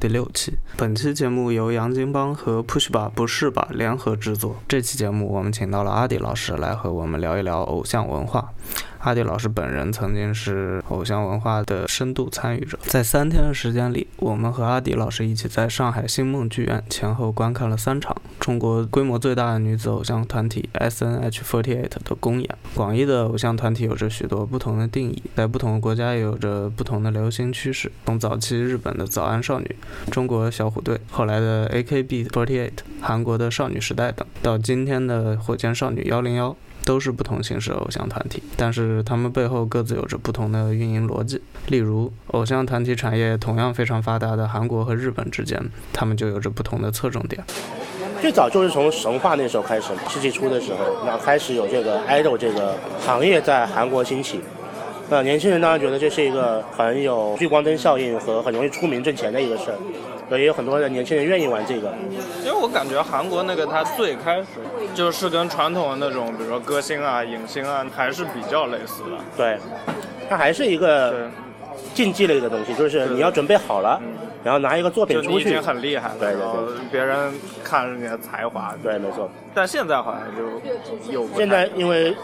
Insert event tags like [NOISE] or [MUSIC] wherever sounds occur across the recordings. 第六期。本期节目由杨金帮和 Push 吧不是吧联合制作。这期节目我们请到了阿迪老师来和我们聊一聊偶像文化。阿迪老师本人曾经是偶像文化的深度参与者，在三天的时间里，我们和阿迪老师一起在上海星梦剧院前后观看了三场中国规模最大的女子偶像团体 SNH48 的公演。广义的偶像团体有着许多不同的定义，在不同的国家也有着不同的流行趋势。从早期日本的早安少女、中国小虎队，后来的 AKB48、韩国的少女时代等，到今天的火箭少女幺零幺。都是不同形式的偶像团体，但是他们背后各自有着不同的运营逻辑。例如，偶像团体产业同样非常发达的韩国和日本之间，他们就有着不同的侧重点。最早就是从神话那时候开始，世纪初的时候，然后开始有这个 idol 这个行业在韩国兴起。那年轻人当然觉得这是一个很有聚光灯效应和很容易出名挣钱的一个事儿，所以有很多的年轻人愿意玩这个。其实我感觉韩国那个它最开始就是跟传统的那种，比如说歌星啊、影星啊，还是比较类似的。对，它还是一个对，竞技类的东西，就是你要准备好了，然后拿一个作品就你出已去经。很厉害了，对对对然后别人看着你的才华。对，没错。但现在好像就有不太现在因为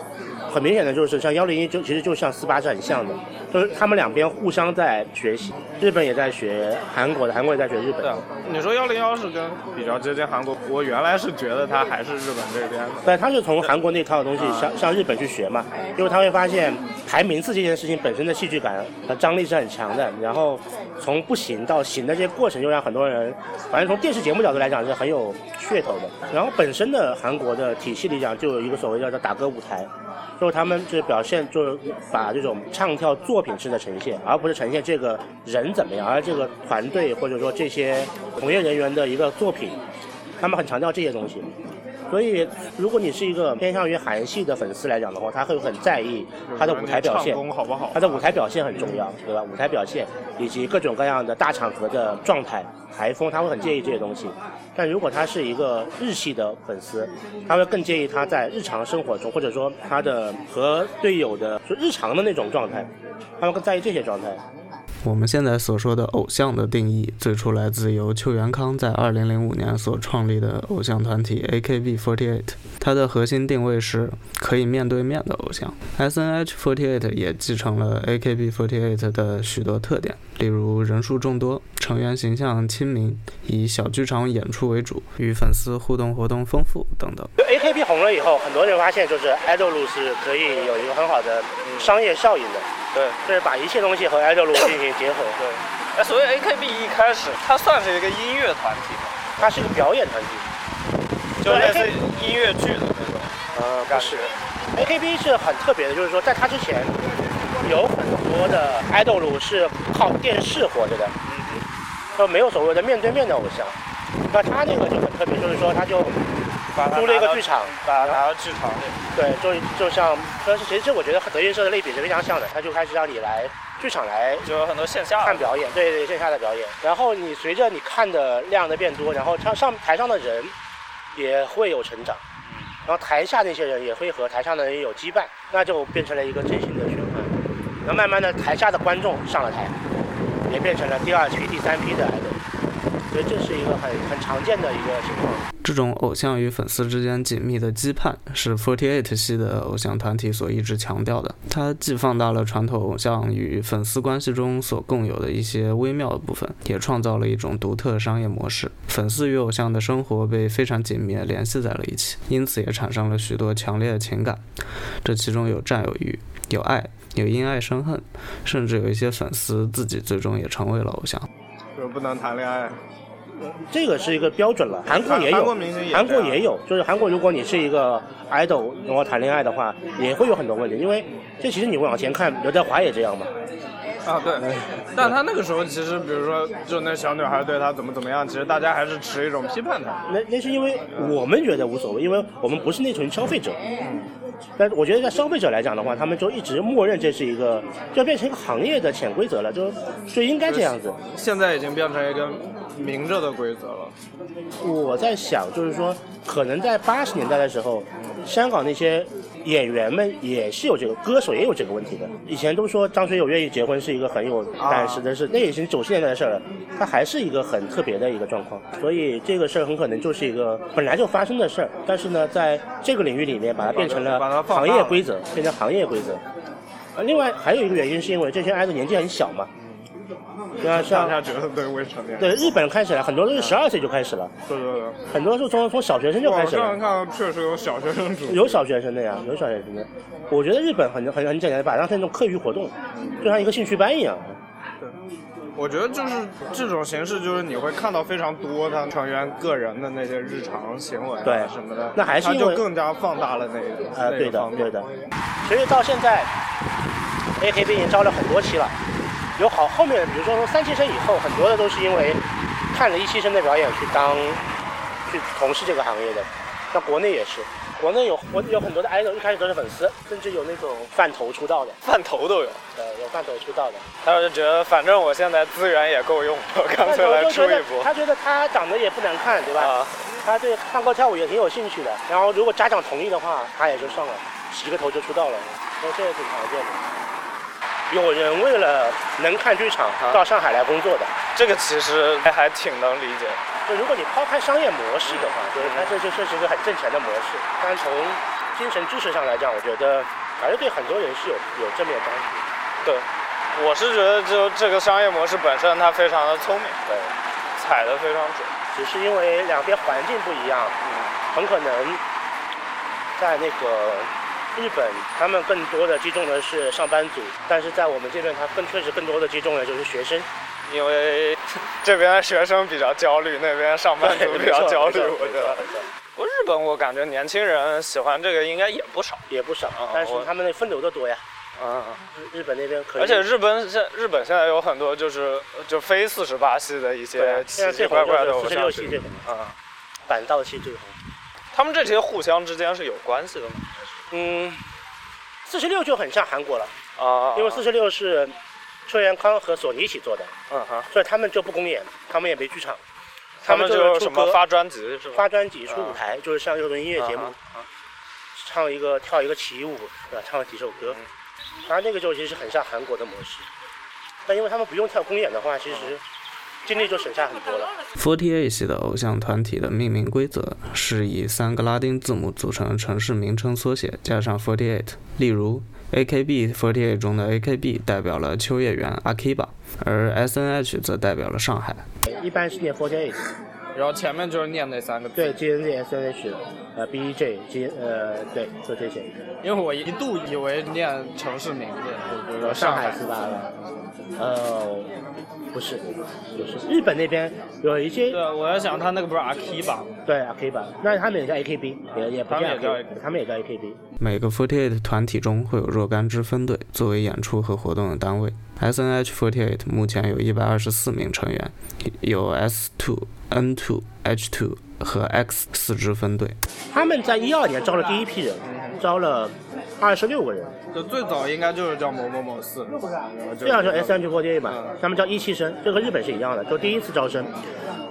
很明显的就是像幺零一，就其实就像四八是很像的，就是他们两边互相在学习，日本也在学韩国的，韩国也在学日本对的啊。，你说幺零幺是跟比较接近韩国，我原来是觉得它还是日本这边的。但他是从韩国那套东西嗯向向日本去学嘛，因为他会发现排名次这件事情本身的戏剧感和张力是很强的，然后从不行到行的这些过程，又让很多人，反正从电视节目角度来讲是很有噱头的。然后本身的韩国的体系里讲，就有一个所谓叫做打歌舞台，就是他们就是表现就是把这种唱跳作品式的呈现，而不是呈现这个人怎么样，而这个团队或者说这些从业人员的一个作品，他们很强调这些东西。所以，如果你是一个偏向于韩系的粉丝来讲的话，他会很在意他的舞台表现唱，功好不好他？的舞台表现很重要，对吧？舞台表现以及各种各样的大场合的状态、台风，他会很介意这些东西。但如果他是一个日系的粉丝，他会更介意他在日常生活中，或者说他的和队友的就日常的那种状态，他会更在意这些状态。我们现在所说的偶像的定义，最初来自由邱元康在2005年所创立的偶像团体 AKB48，它的核心定位是可以面对面的偶像。SNH48 也继承了 AKB48 的许多特点，例如人数众多、成员形象亲民、以小剧场演出为主、与粉丝互动活动丰富等等。就 AKB 红了以后，很多人发现就是 idol 路是可以有一个很好的嗯商业效应的，对，就是把一切东西和 idol 路进行结合。哎，所以 AKB 一开始它算是一个音乐团体嘛，它是一个表演团体，就类似对于音乐剧的那种呃，感觉。 AKB 是很特别的，就是说在它之前有很多的 idol 是靠电视活着的，嗯就没有所谓的面对面的偶像。那他那个就很特别，就是说他就把它租了一拿个到嗯剧场，把它拿到剧场里。对，就就像，但是其实这我觉得和德云社的类比是非常像的，他就开始让你来剧场来就有很多线下看的表演，对对线下的表演。然后你随着你看的量的变多，然后上上台上的人也会有成长，然后台下那些人也会和台上的人有羁绊，那就变成了一个真心的循环。然后慢慢的，台下的观众上了台，也变成了第二批、第三批的 idol，所以这是一个很很常见的一个情况。这种偶像与粉丝之间紧密的羁绊，是 Forty Eight 系的偶像团体所一直强调的。它既放大了传统偶像与粉丝关系中所共有的一些微妙的部分，也创造了一种独特的商业模式。粉丝与偶像的生活被非常紧密地联系在了一起，因此也产生了许多强烈的情感。这其中有占有欲，有爱，有因爱生恨，甚至有一些粉丝自己最终也成为了偶像。就是不能谈恋爱。这个是一个标准了，韩国也有，韩国明星也韩国这样也有，就是韩国，如果你是一个 idol，然后谈恋爱的话，也会有很多问题，因为这其实你往前看，刘德华也这样嘛，啊， [LAUGHS] 对，但他那个时候其实，比如说，就那小女孩对他怎么怎么样，其实大家还是持一种批判态度。嗯那那是因为我们觉得无所谓，因为我们不是那群消费者，但我觉得在消费者来讲的话，他们就一直默认这是一个，就变成一个行业的潜规则了，就就应该这样子。现在已经变成一个明着的规则了。我在想，就是说，可能在八十年代的时候，香港那些演员们也是有这个，歌手也有这个问题的。以前都说张学友愿意结婚是一个很有胆识的事，那已经九十年代的事儿了，它还是一个很特别的一个状况。所以这个事儿很可能就是一个本来就发生的事儿，但是呢，在这个领域里面把它变成了把它放大行业规则，变成行业规则。呃，另外还有一个原因是因为这些 idol 年纪很小嘛，嗯对啊，大像家觉得对未成年人，对日本开始了，很多都是十二岁就开始了。对对对。很多是从从小学生就开网始上了，看确实有小学生主，有小学生的呀，有小学生的。我觉得日本很很很简单，把它当成一种课余活动，就像一个兴趣班一样。我觉得就是这种形式，就是你会看到非常多他成员个人的那些日常行为对啊什么的，那还是他因为就更加放大了那个呃，对那个的方，面对的。其实到现在，AKB 已经招了很多期了，有好后面，比如说从三期生以后，很多的都是因为看了一期生的表演去当去从事这个行业的。那国内也是，国内有我有很多的 idol 一开始都是粉丝，甚至有那种饭头出道的，饭头都有。呃，有饭头出道的。他就觉得反正我现在资源也够用，我干但是脆我来就出觉一得波。他觉得他长得也不难看，对吧？啊，他对唱歌跳舞也挺有兴趣的。然后如果家长同意的话，他也就上了，洗个头就出道了。那这也挺常见的。有人为了能看剧场啊到上海来工作的。这个其实还还挺能理解。就如果你抛开商业模式的话，就是它这这这是一个很挣钱的模式。但从精神支持上来讲，我觉得还是对很多人是有有正面帮助。对，我是觉得就这个商业模式本身它非常的聪明，对，踩的非常准。只是因为两边环境不一样，嗯很可能在那个日本，他们更多的击中的是上班族，但是在我们这边，他更确实更多的击中的就是学生。因为这边学生比较焦虑，那边上班族比较焦虑，没错我觉得。没错不，日本我感觉年轻人喜欢这个应该也不少。也不少啊，但是我他们那分流的多呀。嗯，日日本那边可以，而且日本现日本现在有很多就是就非四十八系的一对啊些奇现在奇最怪红怪就的是偶四十六像系剧。最红，嗯，板道系最红。他们这些互相之间是有关系的吗？嗯，四十六就很像韩国了，啊，因为四十六是崔元康和索尼一起做的，嗯哼，所以他们就不公演，他们也没剧场，他们就是什是出么歌发专辑是吧？发专辑、出舞台，就是上这种音乐节目啊，唱一个跳一个起舞，对吧？唱了几首歌，然后那个就其实很像韩国的模式，但因为他们不用跳公演的话，其实精力就省下很多了。 Forty Eight 系的偶像团体的命名规则是以三个拉丁字母组成的城市名称缩写加上 Forty Eight，例如 AKB48 中的 AKB 代表了秋叶原 Akiba，而 SNH 则代表了上海。一般是念 forty eight，然后前面就是念那三个字。对，G N Z S N H，呃，B E J G 呃，对，就这些。因为我一度以为念城市名字，就比如说上上海海四大了，呃，不是，不是，日本那边有一些对，我在想他那个不是 Akiba 吗？对 AKB，那他们也叫 AKB，也也不他们也叫 AKB，他们也叫 AKB。每个 Forty Eight 团体中会有若干支分队作为演出和活动的单位。SNH Forty Eight 目前有一百二十四名成员，有 S Two、N Two、H Two 和 X 四支分队。他们在一二年招了第一批人，招了二十六个人，就最早应该就是叫某某某四，是吧然后就这样叫 S N G 4 8嘛嗯，他们叫一期生，这和日本是一样的，就第一次招生，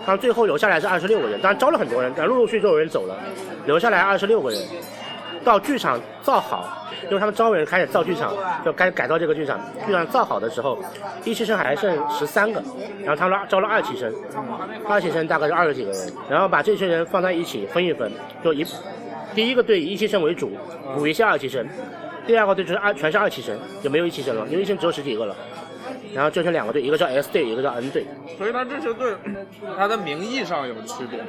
他们最后留下来是二十六个人，当然招了很多人，但陆陆续续就有人走了，留下来二十六个人，到剧场造好，因为他们招人开始造剧场，就开始改造这个剧场，剧场造好的时候，一期生还剩十三个，然后他们招了二期生，二期生大概是二十几个人，然后把这些人放在一起分一分，就一第一个队以一期生为主，补一下二期生。第二个队就是二，全是二期生，就没有一期生了，因为一期生只有十几个了。然后就剩两个队，一个叫 S 队，一个叫 N 队。所以他这是对他的名义上有区别。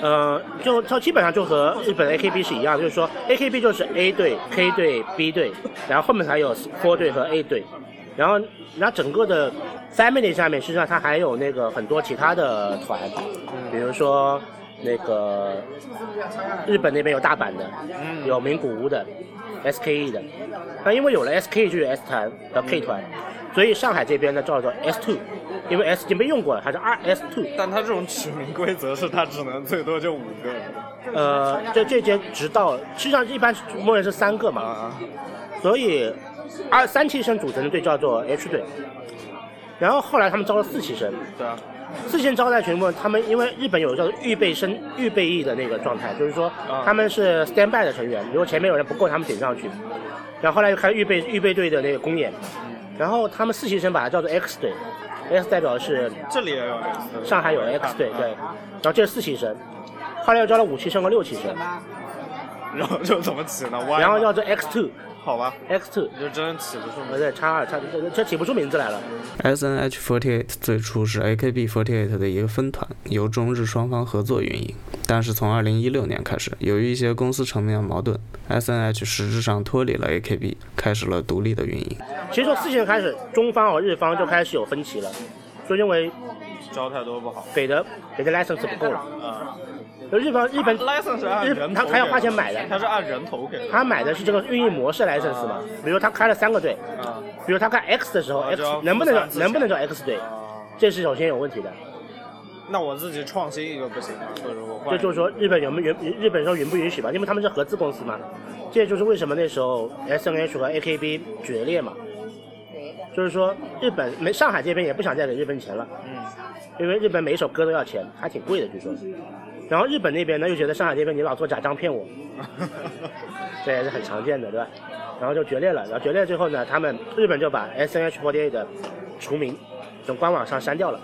呃，就就基本上就和日本 AKB 是一样，就是说 AKB 就是 A 队、K 队、B 队，然后后面还有 Four 队和 A 队。然后，然后整个的 Family 下面，实际上它还有那个很多其他的团，比如说那个日本那边有大阪的，有名古屋的，SKE 的。E 那因为有了 SKE 就有 S 团和 K 团，所以上海这边呢叫做 S two。因为 S 已经被用过了，它是 R S two。但它这种取名规则是它只能最多就五个人，呃，这这间直到实际上一般默认是三个嘛，啊所以二三期生组成的队叫做 H 队，然后后来他们招了四期生，对啊，四期生招待全部他们因为日本有叫做预备生、预备役的那个状态，就是说啊他们是 stand by 的成员，如果前面有人不够，他们顶上去，然后后来就开始预备预备队的那个公演，然后他们四期生把它叫做 X 队，X 代表是这里也有 X，上海有 X 队，对，啊然后这是四期生，后来又招了五期生和六期生。然后就怎么起呢？Y，然后叫做 X two 好吧， X two，你就真起不出呃，对，叉二叉，这这起不出名字来了。 SNH48 最初是 AKB48 的一个分团，由中日双方合作运营。但是从2016年开始，由于一些公司层面矛盾，SNH 实质上脱离了 AKB，开始了独立的运营。其实从四期生开始，中方和日方就开始有分歧了，就认为招太多不好，给的给的 license 不够了。啊就日方日本，license 是按日人头他给他要花钱买的，它是按人头 [LAUGHS] 给的，他买的是这个运营模式 license 嘛。比如他开了三个队，啊比如他开 X 的时候啊，X 就要付能不能三叫次能不能钱叫 X 队，啊，这是首先有问题的。 [LAUGHS] 那我自己创新一个不行吗？或者我换这一个，啊就是说日本允不允日本说允不允许吧，因为他们是合资公司嘛。这也就是为什么那时候 S N H 和 A K B 决裂嘛，就是说日本没上海这边也不想再给日本钱了，嗯，因为日本每一首歌都要钱，还挺贵的据说。然后日本那边呢又觉得上海这边你老做假账骗我，这也是很常见的，对吧？然后就决裂了，然后决裂最后呢，他们日本就把 S N H 4 8的除名，从官网上删掉了，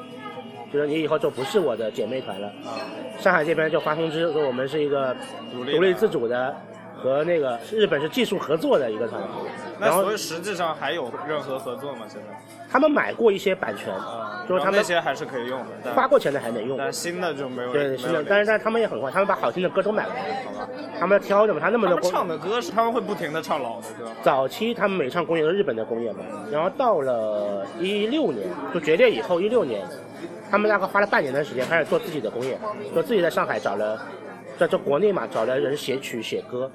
就说你以后就不是我的姐妹团了。上海这边就发通知说我们是一个独立的独立自主的和那个日本是技术合作的一个团体，那然后所以实际上还有任何合作吗？现在他们买过一些版权，啊，就是然后他那们些还是可以用的，但花过钱的还能用。但新的就没有，对，没是有的，联系但是但是他们也很坏，他们把好听的歌都买了，他们挑着嘛，他那么他多们公唱的歌是他们会不停的唱老的歌吗？早期他们每场公演都是日本的公演嘛，然后到了一六年就决裂以后，一六年他们大概花了半年的时间开始做自己的公演，就自己在上海找了，在这国内嘛找了人写曲写歌，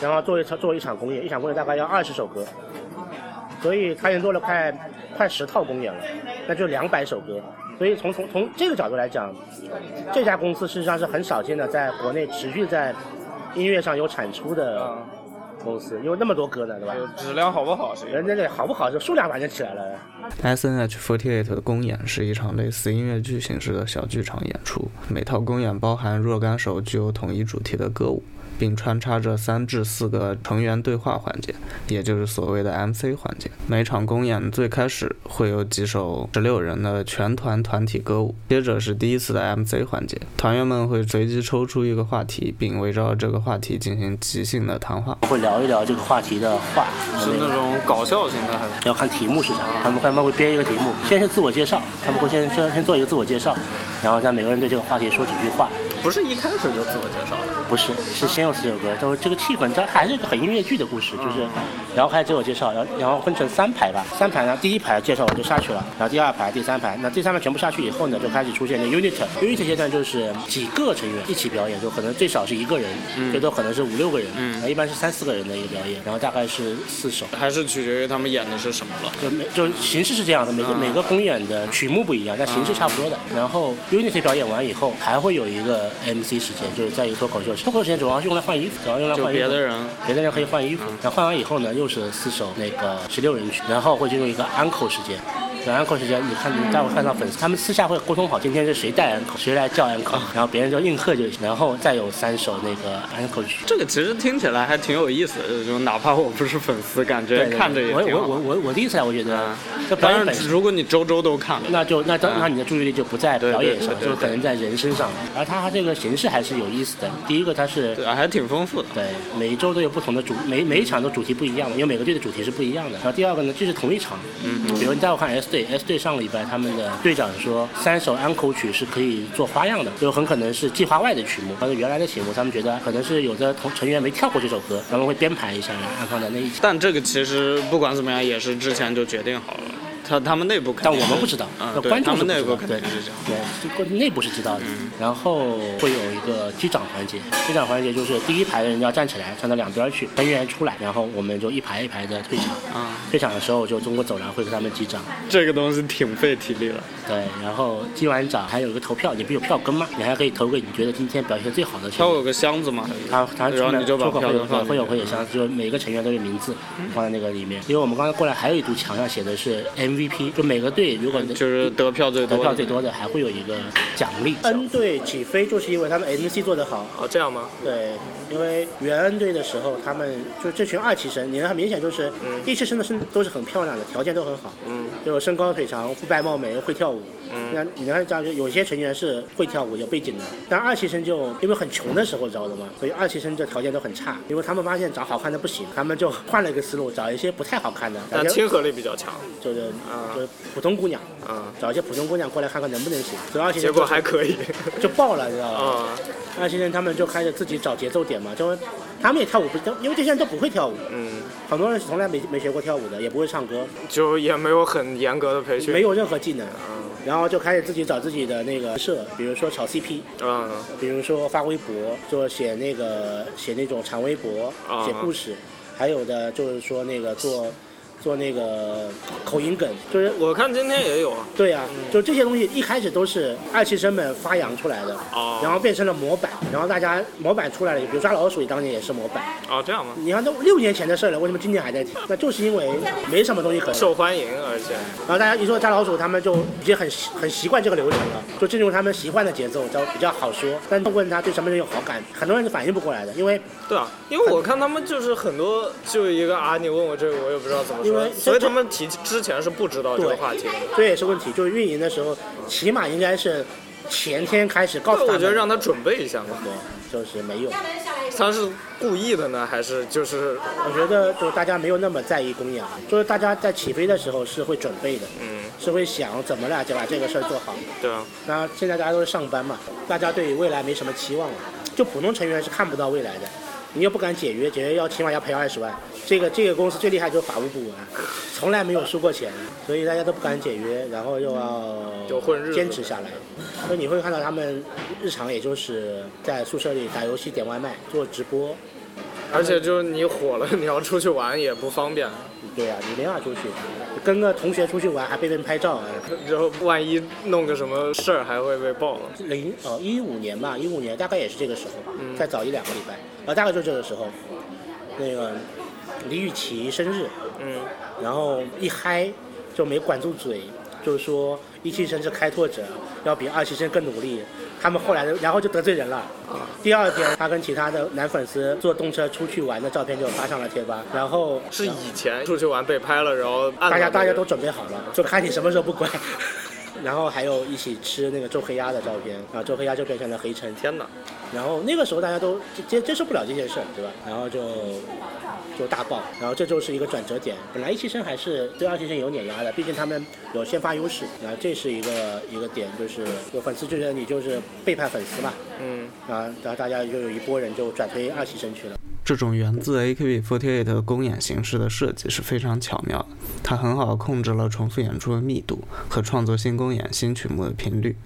然后做一场做一场公演，一场公演大概要二十首歌，所以他已经做了快快十套公演了，那就两百首歌。所以从从从这个角度来讲，这家公司事实上是很少见的，在国内持续在音乐上有产出的啊，公司，有那么多歌呢，对吧？就质量好不好是一人个，家这好不好？这数量反正起来了。 SNH48 的公演是一场类似音乐剧形式的小剧场演出，每套公演包含若干首具有统一主题的歌舞，并穿插着三至四个成员对话环节，也就是所谓的 MC 环节。每场公演最开始会有几首十六人的全团团体歌舞，接着是第一次的 MC 环节，团员们会随机抽出一个话题，并围绕这个话题进行即兴的谈话。会聊一聊这个话题的话，是那种搞笑型的还是？要看题目是啥，他们他们会编一个题目，先是自我介绍，他们会先先先做一个自我介绍，然后让每个人对这个话题说几句话。不是一开始就自我介绍的，不是，是先有四首歌，就是这个气氛，这还是一个很音乐剧的故事，就是，嗯然后开始自我介绍，然后然后分成三排吧，三排呢，第一排介绍我就下去了，然后第二排、第三排，那第三排全部下去以后呢，就开始出现那 unit，unit 阶段就是几个成员一起表演，就可能最少是一个人，嗯最多可能是五六个人，那一般是三四个人的一个表演，然后大概是四首。还是取决于他们演的是什么了。就每就形式是这样的，每啊个、每个公演的曲目不一样，但形式差不多的。然后 Unity 表演完以后，还会有一个 MC 时间，就是在一个脱口秀时间。脱口秀时间主要是用来换衣服，主要用来换衣服。人别的人可以换衣嗯服，然后换完以后呢，又是四首那个十六人曲，然后会进入一个 uncle 时间。然后 uncle 时间，你看你待会看到粉丝，他们私下会沟通好，今天是谁带 uncle，谁来叫 uncle，然后啊别人就应和就行。然后再有三首那个 uncle 曲。这个其实听起来还挺有意思的，就哪怕我不是粉丝，感觉对对看着也我挺我好。我我我第一次来，我觉得嗯这表演当本然身，如果你周周都看了，那就那当那你的注意力就不在嗯对对表演上，对对就可能在人身上。而它这个形式还是有意思的。第一个，它是对，还挺丰富的。对每一周都有不同的主，每每一场的主题不一样的，因为每个队的主题是不一样的。然后第二个呢，就是同一场，嗯，比如你带我看 S 队，S 队上个礼拜他们的队长说，三首安口曲是可以做花样的，就很可能是计划外的曲目，或者原来的曲目，他们觉得可能是有的同成员没跳过这首歌，他们会编排一下，然后按放在那一起。但这个其实不管怎么样，也是之前就决定好了。他他们内部 [LAUGHS] 肯但定是，我们不知道嗯，那对观众他是们不内知部道肯对定是这样。嗯对，这个内部是知道的，然后会有一个击掌环节。击掌环节就是第一排的人要站起来，站到两边去，成员出来，然后我们就一排一排的退场。啊，退场的时候，就中国走廊会给他们击掌。这个东西挺费体力了。对，然后击完掌还有一个投票，你不有票根吗？你还可以投给你觉得今天表现最好的它成有员。个箱子嘛，嗯他他出然后来你就把出口票会有根放会有进去会有箱，就是每个成员都有名字嗯放在那个里面。因为我们刚才过来还有一堵墙上写的是 MVP，就每个队如果能就是得票最得多，票最。多的还会有一个奖励。 N 队起飞就是因为他们 MC 做得好，哦，这样吗？对，因为原 N 队的时候，他们就这群二期生，你看很明显就是嗯一期生的身都是很漂亮的，条件都很好，嗯，就身高腿长、肤白貌美、会跳舞。嗯那你能看这样，就有些成员是会跳舞有背景的，但二期生就因为很穷的时候，知道的嘛，所以二期生这条件都很差，因为他们发现找好看的不行，他们就换了一个思路，找一些不太好看的，找但一些亲和力比较强，就是啊就是普通姑娘，嗯，找一些普通姑娘过来看看能不能行。所以二期生结果就还可以，就爆了，你知道吧？啊，那些人他们就开始自己找节奏点嘛，就他们也跳舞不，因为这些人都不会跳舞，嗯，很多人是从来没没学过跳舞的，也不会唱歌，就也没有很严格的培训，没，有任何技能，嗯然后就开始自己找自己的那个社，比如说炒 CP，嗯，比如说发微博，做写那个写那种长微博，啊写故事，还有的就是说那个做做那个口音梗，就是我看今天也有啊，对啊，就这些东西一开始都是二期生们发扬出来的，哦然后变成了模板，然后大家模板出来了，比如抓老鼠也当年也是模板。哦，这样吗？你看都六年前的事了，为什么今年还在提？那就是因为没什么东西可说。受欢迎，而且然后大家一说抓老鼠，他们就已经很习很习惯这个流程了，就进入他们习惯的节奏，就比较好说。但问他对什么人有好感，很多人是反应不过来的，因为对啊，因为我看他们就是很多，就一个啊，你问我这个，我也不知道怎么因为说，这所以他们提之前是不知道这个对话题的。这也是问题，就是运营的时候，起码应该是前天开始告诉他那们。我觉得让他准备一下嘛，对，就是没有。他是故意的呢，还是就是我觉得就是大家没有那么在意公养，就是大家在起飞的时候是会准备的，嗯，是会想怎么来就把这个事儿做好。对啊，那现在大家都是上班嘛，大家对于未来没什么期望了，就普通成员是看不到未来的。你又不敢解约，解约要起码要赔二十万。这个这个公司最厉害就是法务部门，从来没有输过钱，所以大家都不敢解约，然后又就混日要子坚持下来。所以你会看到他们日常也就是在宿舍里打游戏、点外卖、做直播，而且就是你火了，你要出去玩也不方便，对呀、你没法出去，跟个同学出去玩还被人拍照啊。然后万一弄个什么事儿还会被爆了。零呃一五年吧，一五年大概也是这个时候，嗯再早一两个礼拜，呃大概就这个时候，那个李雨琦生日，嗯，然后一嗨就没管住嘴，就是说一期生是开拓者，要比二期生更努力。他们后来的，然后就得罪人了。哦第二天，他跟其他的男粉丝坐动车出去玩的照片就发上了贴吧，然后是以前出去玩被拍了，然后按大家了那大家个都准备好 [LAUGHS] 了，就看你什么时候不管。 [LAUGHS] 然后还有一起吃那个周黑鸭的照片，啊，周黑鸭就变成了黑城。天哪，然后那个时候大家都接接接受不了这件事儿，对吧？然后就就大爆，然后这就是一个转折点。本来一期生还是对二期生有碾压的，毕竟他们有先发优势。然后这是一个一个点，就是有粉丝就觉得你就是背叛粉丝嘛，嗯，啊，然后大家就有一波人就转推二期生去了。这种源自 AKB48 的公演形式的设计是非常巧妙的，它很好控制了重复演出的密度和创作新公演、新曲目的频率，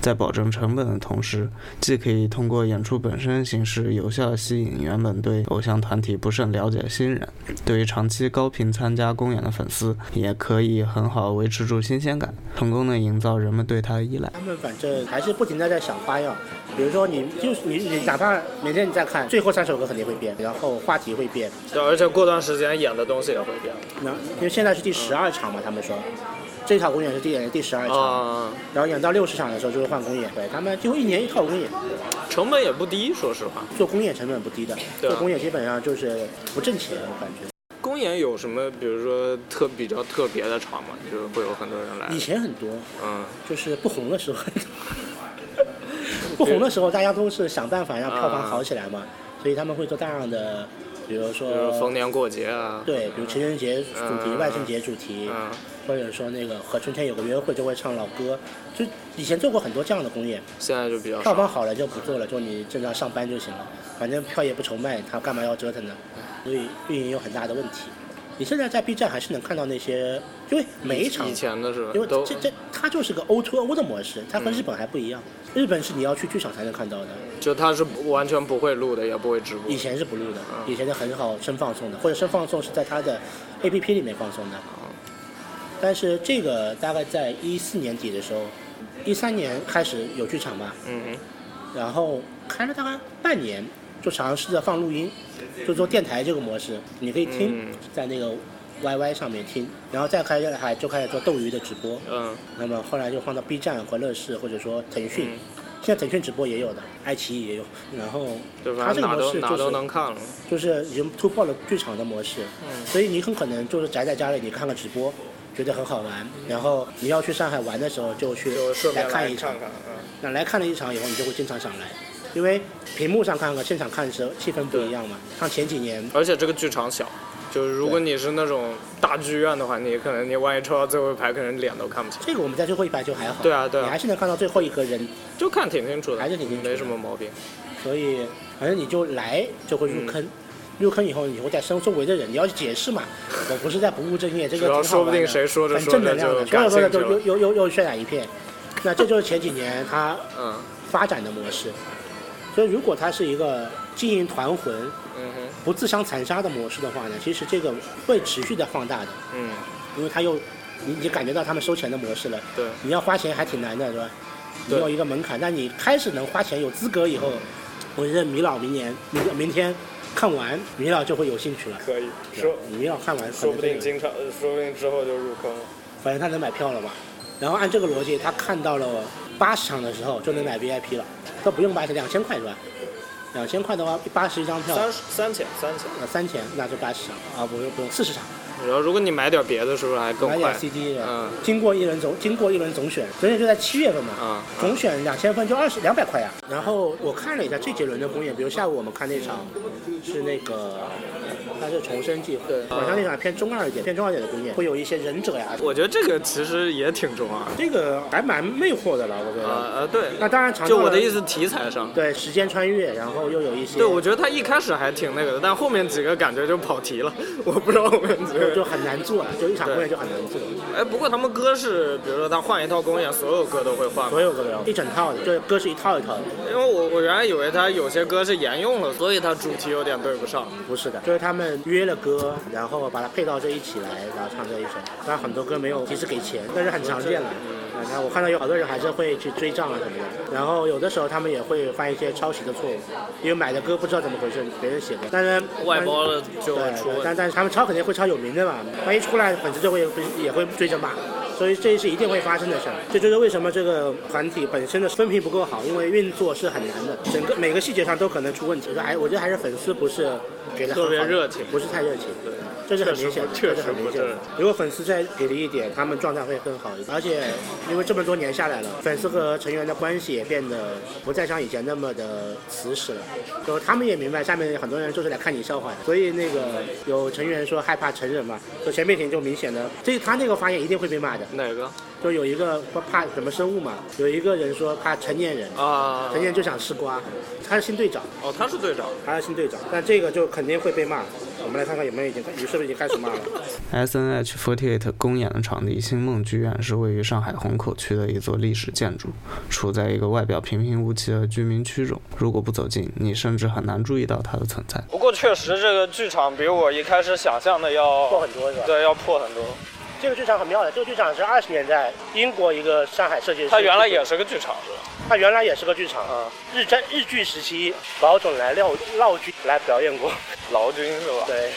在保证成本的同时，既可以通过演出本身形式有效吸引原本对偶像团体不甚了解的新人，对于长期高频参加公演的粉丝，也可以很好维持住新鲜感，成功的营造人们对它的依赖。他们反正还是不停的在想花样，比如说你就是你你哪怕每天你在看，最后三首歌肯定会变，然后话题会变，对，而且过段时间演的东西也会变那因为现在是第十二场嘛，他们说。这场公演是第演第十二场，啊、然后演到六十场的时候就会换公演，对他们几乎一年一套公演，成本也不低，说实话。做公演成本不低的，对啊做公演基本上就是不挣钱，我感觉公演有什么，比如说特比较特别的场吗？就是会有很多人来以。前很多，嗯，就是不红的时候，不红的时候大家都是想办法让票房好起来嘛，所以他们会做大量的，比如比如说逢说年过节啊。对，比如情人节主题、嗯万圣节主题，嗯，或者说那个和春天有个约会就会唱老歌，就以前做过很多这样的公演，现在就比哦较票少。房好了就不做了，就你正常上班就行了，反正票也不愁卖，他干嘛要折腾呢？所以运营有很大的问题。你现在在 B 站还是能看到那些，因为每一场以前的是吧因为都这这它就是个 O to O 的模式，它和日本还不一样。嗯日本是你要去剧场才能看到的，就他是完全不会录的，也不会直播以。前是不录的，嗯以前是很好生放送的，或者生放送是在它的 A P P 里面放送的。嗯但是这个大概在一四年底的时候，一三年开始有剧场吧，嗯然后开了大概半年，就尝试着放录音，就做电台这个模式，你可以听，嗯在那个 YY 上面听，然后再开始还就开始做斗鱼的直播，哼，嗯，那么后来就放到 B 站和乐视或者说腾讯，现在腾讯直播也有的，爱奇艺也有，然后对，它反这正个模哪都式哪就都是能看了。就是已经突破了剧场的模式，所以你很可能就是宅在家里，你看看直播。觉得很好玩，然后你要去上海玩的时候，就去就顺来便来看一场，看看，嗯，那来看了一场以后，你就会经常想来，因为屏幕上看和现场看的时候气氛不一样嘛。像前几年，而且这个剧场小，就是如果你是那种大剧院的话，你可能你万一抽到最后一排，可能脸都看不清，这个我们在最后一排就还好，对啊对啊你还是能看到最后一个人，就看挺清楚的，还是挺清楚的没什么毛病。所以反正你就来就会入坑。入坑以后，你会在身周围的人，你要去解释嘛。我不是在不务正业，这个主要挺好玩的啊说不定谁说着很说正着能量的，说就着感说着就兴趣又了又又又渲染一片。那这就是前几年他嗯发展的模式。所以，如果它是一个经营团魂、嗯哼不自相残杀的模式的话呢，其实这个会持续的放大的。嗯，因为他又，你你感觉到他们收钱的模式了，对，你要花钱还挺难的，是吧？你对有一个门槛，但你开始能花钱有资格以后，我觉得米老明年明明天看完米老就会有兴趣了。可以说。米老看完，说不定，经常，呃说不定之后就入坑了。反正他能买票了吧？然后按这个逻辑，他看到了八十场的时候就能买 VIP 了，都不用八十，两千块是吧？两千块的话，八十一张票，三三千三千，呃三千，那就八十场啊，不用不用，四十场。然后如果你买点别的，是不是还更买点快？ CD 的，嗯经过一轮总经过一轮总选，总选就在七月份嘛，嗯总选两千份就二十两百块呀、然后我看了一下这几轮的公演，比如下午我们看那场是那个。它是重生计划，对，晚上那场偏中二一点、偏中二一点的公演，会有一些忍者呀，我觉得这个其实也挺重要的。这个还蛮魅惑的了，我觉呃得。呃，对，那当然尝到了就我的意思，题材上。对，时间穿越，然后又有一些，对，我觉得他一开始还挺那个的，但后面几个感觉就跑题了，我不知道后面几就个。就很难做，就一场公演就很难做，哎，不过他们歌是，比如说他换一套公演，所有歌都会换嘛所有歌都有一整套的，就是歌是一套一套的，因为我我原来以为他有些歌是沿用了，所以他主题有点对不上。不是的，就是他们约了歌，然后把它配到这一起来，然后唱这一首。当然很多歌没有及时给钱，但是很常见了。嗯，然后我看到有好多人还是会去追账啊什么的。然后有的时候他们也会犯一些抄袭的错误，因为买的歌不知道怎么回事，别人写的，但是外包了就对会出问但题。但是他们抄肯定会抄有名的嘛，万一出来粉丝就会也会追着骂，所以这是一定会发生的事儿。这就是为什么这个团体本身的分评不够好，因为运作是很难的，整个每个细节上都可能出问题。还我觉得还是粉丝不是给的特别热情不是太热情，这是 [LAUGHS] 很明显的， [LAUGHS] 确实这是很明显确实的不。如果粉丝再给力一点，他们状态会更好一点。而且因为这么多年下来了，粉丝和成员的关系也变得不再像以前那么的慈实了。就他们也明白，下面很多人就是来看你笑话的，所以那个有成员说害怕成人嘛，就前面挺就明显的，所以他那个发言一定会被骂的。哪个就有一个怕什么生物嘛，有一个人说怕成年人，啊成？年就想吃瓜，他是新队长。哦，他是队长。他是新队长，但这个就肯定会被骂。我们来看看有没有已经，你是不是已经开始骂 [LAUGHS] 了？ SNH48 公演的场地星梦剧院是位于上海虹口区的一座历史建筑，处在一个外表平平无奇的居民区中。如果不走近，你甚至很难注意到它的存在。不过确实这个剧场比我一开始想象的要破很多是吧？对要破很多。这个剧场很妙的，这个剧场是二十年代英国一个上海设计师，它原来也是个剧场，是吧？他原来也是个剧场，啊嗯日战日剧时期老总来廖廖军来表 [LAUGHS] 演过，劳军是吧？对，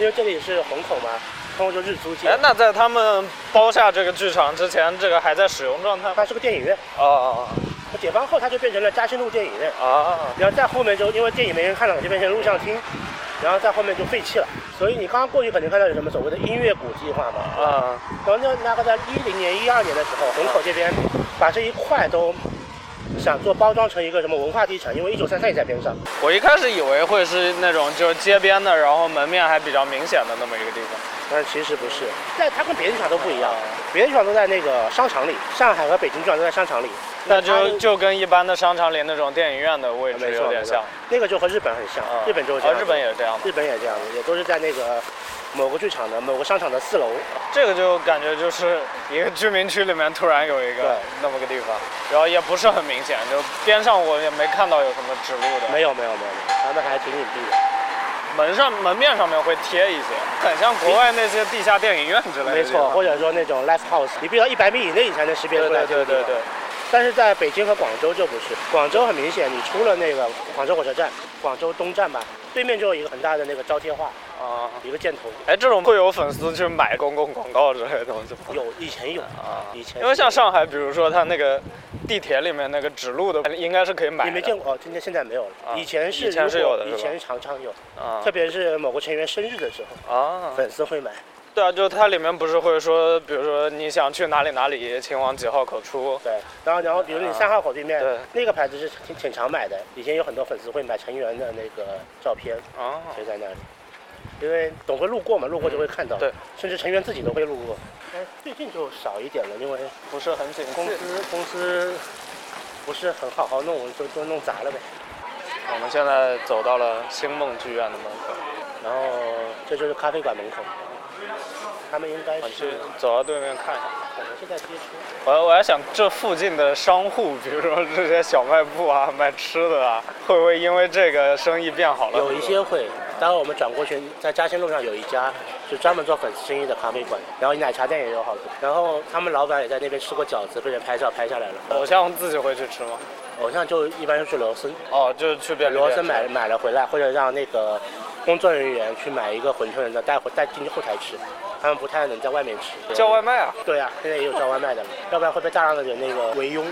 因为这里是虹口嘛，虹口就日租界哎，，那在他们包下这个剧场之前，这个还在使用状态吗？它是个电影院，哦啊解放后它就变成了嘉兴路电影院，啊啊！然后再后面就因为电影没人看了，就变成录像厅，然后再后面就废弃了。所以你刚刚过去肯定看到有什么所谓的音乐谷计划嘛，啊，然后那那个在一零年、一二年的时候，虹口这边把这一块都想做包装成一个什么文化地产，因为一九三三也在边上。我一开始以为会是那种就是街边的，然后门面还比较明显的那么一个地方。嗯但其实不是，但它跟别的剧场都不一样，别的剧场都在那个商场里，上海和北京剧场都在商场里。那它就就跟一般的商场里那种电影院的位没置错有点像。没错那个就和日本很像啊，日本就是这啊样，日本也是这样的。日本也这样，也都是在那个呃某个剧场的某个商场的四楼，这个就感觉就是一个居民区里面突然有一对个那么个地方，然后也不是很明显，就边上我也没看到有什么指路的，没有没有没有没有，他们还挺隐蔽的。门上门面上面会贴一些，很像国外那些地下电影院之类的。没错，，或者说那种 live house，你必须要一百米以内你才能识别对出来对这个对地方。对对。但是在北京和广州就不是，广州很明显，你出了那个广州火车站，广州东站吧，对面就有一个很大的那个招贴画，啊，一个箭头，哎，这种会有粉丝去买公共广告之类的东西吗？有以前有，啊，以前因为像上海，比如说它那个地铁里面那个指路的，应该是可以买的。你没见过哦，今天现在没有了啊，以前是以前是有的如果以是吧前常常有，啊特别是某个成员生日的时候，啊，粉丝会买，对啊，就它里面不是会说，比如说你想去哪里哪里，请往几号口出。对，然后然后比如你啊三号口对面对那个牌子是挺挺常买的，以前有很多粉丝会买成员的那个照片，啊，谁在那里？因为总会路过嘛，路过就会看到，嗯对，甚至成员自己都会路过。但是最近就少一点了，因为不是很紧公公司司。公司不是很好好弄，就就弄砸了呗。我们现在走到了星梦剧院的门口，然后这就是咖啡馆门口，他们应该我去是走到对面看一下。可能是在接触，我我还想，这附近的商户，比如说这些小卖部啊、卖吃的啊，会不会因为这个生意变好了？有一些会。待会我们转过去，在嘉兴路上有一家是专门做粉丝生意的咖啡馆，然后奶茶店也有好多。然后他们老板也在那边吃过饺子，被人拍照拍下来了。偶像自己会去吃吗？偶像就一般就去罗森，哦，就是去便利罗店吃。森买买了回来，或者让那个工作人员去买一个馄饨，然后带回带进去后台吃。他们不太能在外面吃，叫外卖啊？对啊，现在也有叫外卖的了，要不然会被大量的人那个围拥。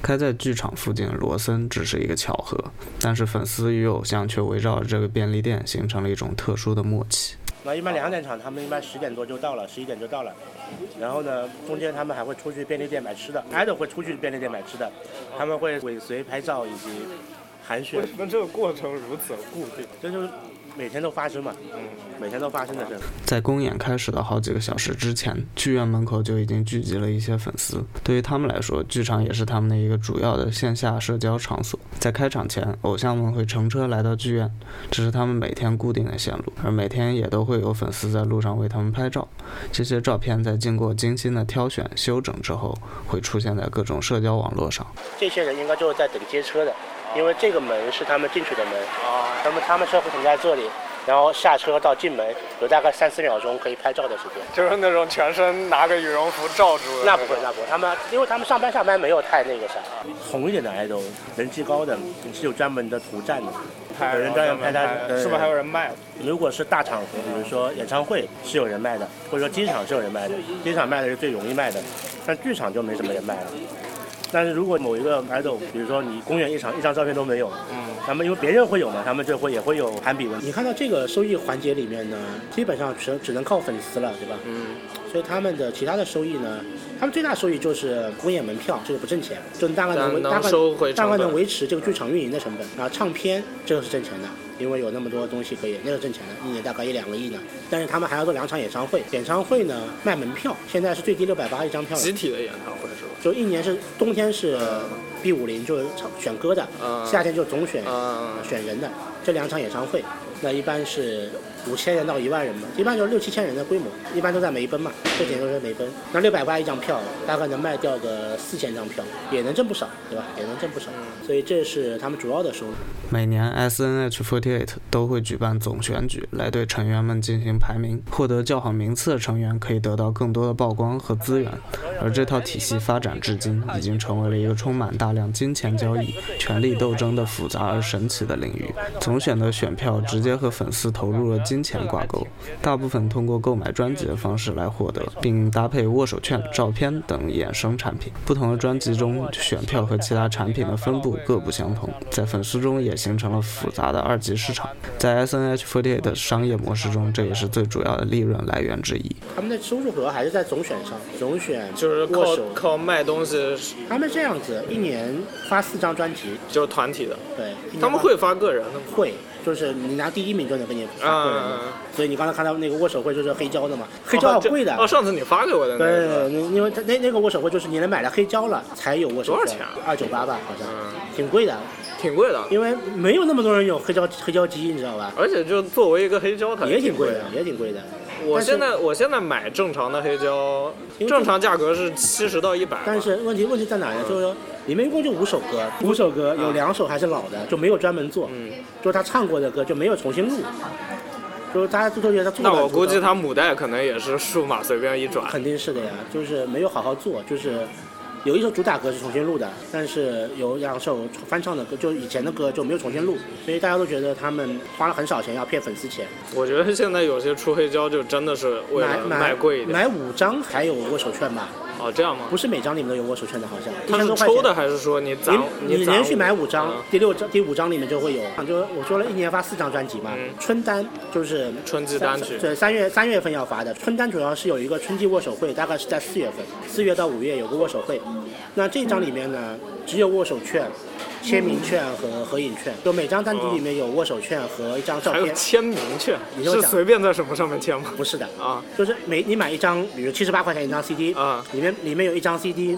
开在剧场附近的罗森只是一个巧合，但是粉丝与偶像却围绕着这个便利店形成了一种特殊的默契。那一般两点场，他们一般十点多就到了，十一点就到了。然后呢，中间他们还会出去便利店买吃的，挨着会出去便利店买吃的，他们会尾随拍照以及寒暄，那这个过程如此固定？这就是每天都发生嘛，嗯，每天都发生的事儿。在公演开始的好几个小时之前，剧院门口就已经聚集了一些粉丝。对于他们来说，剧场也是他们的一个主要的线下社交场所。在开场前，偶像们会乘车来到剧院，这是他们每天固定的线路，而每天也都会有粉丝在路上为他们拍照。这些照片在经过精心的挑选、修整之后，会出现在各种社交网络上。这些人应该就是在等接车的，因为这个门是他们进去的门，那么他们车会停在这里，然后下车到进门有大概三四秒钟可以拍照的时间。就是那种全身拿个羽绒服罩住的那种不会，那不会，他们因为他们上班下班没有太那个啥。红一点的 idol，人气高的是有专门的图站的。拍有人专门拍他然后专门对是不是还有人卖？如果是大场合，比如说演唱会是有人卖的，或者说机场是有人卖的，机场卖的是最容易卖的，但剧场就没什么人卖了。但是如果某一个 idol，比如说你公演一场，一张照片都没有，嗯，他们因为别人会有嘛，他们就会也会有攀比问题。你看到这个收益环节里面呢，基本上只只能靠粉丝了，对吧？嗯。所以他们的其他的收益呢，他们最大收益就是公演门票，这个不挣钱，就大概能但大能概收回大成概能本。维持这个剧场运营的成本。然后唱片这个是挣钱的，因为有那么多东西可以，那个挣钱的，一年大概一两个亿呢。但是他们还要做两场演唱会，演唱会呢卖门票，现在是最低六百八一张票了，集体的演唱会是吧？就一年是冬天是 B 五零就是选歌的，嗯夏天就总选嗯，选人的，这两场演唱会，那一般是五千人到一万人嘛，一般就是六七千人的规模，一般都在梅奔嘛，这几年都是梅奔。那六百块一张票，大概能卖掉个四千张票，也能挣不少，对吧？也能挣不少，所以这是他们主要的收入。每年 SNH48 都会举办总选举，来对成员们进行排名。获得较好名次的成员可以得到更多的曝光和资源。而这套体系发展至今，已经成为了一个充满大量金钱交易、权力斗争的复杂而神奇的领域。总选的选票直接和粉丝投入了金钱挂钩，大部分通过购买专辑的方式来获得，并搭配握手券、照片等衍生产品。不同的专辑中，选票和其他产品的分布各不相同，在粉丝中也形成了复杂的二级市场。在 SNH48 的商业模式中，这也是最主要的利润来源之一。他们的收入主要还是在总选上，总选就是握靠手。靠卖东西，他们这样子一年发四张专辑，就是团体的，对，一年他们发会发个人的吗？会，就是你拿第一名就能给你发个人的啊所以你刚才看到那个握手会就是黑胶的嘛，黑胶好贵的。哦，上次你发给我的那对，个，那因为他那那个握手会就是你能买了黑胶了才有握手会，多少钱啊嗯二九八吧，好像、挺贵的，挺贵的，因为没有那么多人有黑胶黑胶机，你知道吧？而且就作为一个黑胶台，也挺贵贵的，也挺贵的。我但是现在我现在买正常的黑胶，因为正常价格是七十到一百，但是问题问题在哪嗯呢？就是说里面一共就五首歌，五首歌有两首还是老的，就没有专门做，嗯，就是他唱过的歌就没有重新录，就是大家都觉得他做那不了我这估个计他母带可能也是数码随便一转，肯定是的呀，就是没有好好做，就是有一首主打歌是重新录的，但是有两首翻唱的歌，就以前的歌就没有重新录，所以大家都觉得他们花了很少钱要骗粉丝钱，我觉得现在有些出黑胶就真的是为买了卖买贵一点。买五张还有握手券吧？哦，这样吗？不是每张里面都有握手券的，好像一他千是多块抽钱。的还是说你攒你攒连续买五张嗯，第六张、第五张里面就会有，就是我说了一年发四张专辑嘛，嗯春单就是春季单曲对，三月三月份要发的春单主要是有一个春季握手会，大概是在四月份，四月到五月有个握手会。那这张里面呢，只有握手券、签名券和合影券，就每张单曲里面有握手券和一张照哦还有片。签名券，你就想是随便在什么上面签吗？不是的，啊，就是每你买一张，比如七十八块钱一张 CD，啊里面里面有一张 CD，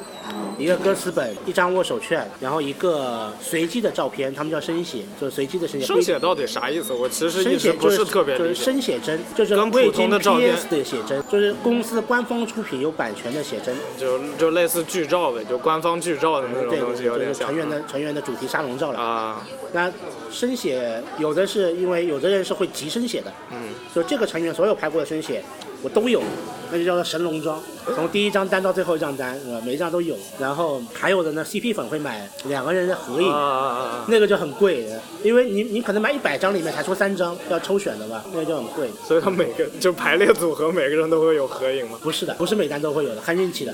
一个歌词本，一张握手券，然后一个随机的照片，他们叫生写，就是随机的生写。生写到底啥意思？我其实生一直写不就是特别就是理解。生写真，就是跟普未通经的照片 PS 的写真，就是公司官方出品有版权的写真，就就类似剧照呗，就官方剧照的那种对，东就西，有是点像成员的成员的主题沙龙照了。啊，那生写有的是因为有的人是会集生写的，嗯，就这个成员所有拍过的生写我都有，那就叫做神龙装，从第一张单到最后一张单，呃，每一张都有。然后还有的呢，CP 粉会买两个人的合影。啊啊啊啊！那个就很贵的，因为你你可能买一百张里面才出三张要抽选的吧，那个就很贵。所以他每个就排列组合，每个人都会有合影嘛。不是的，不是每单都会有的，看运气的。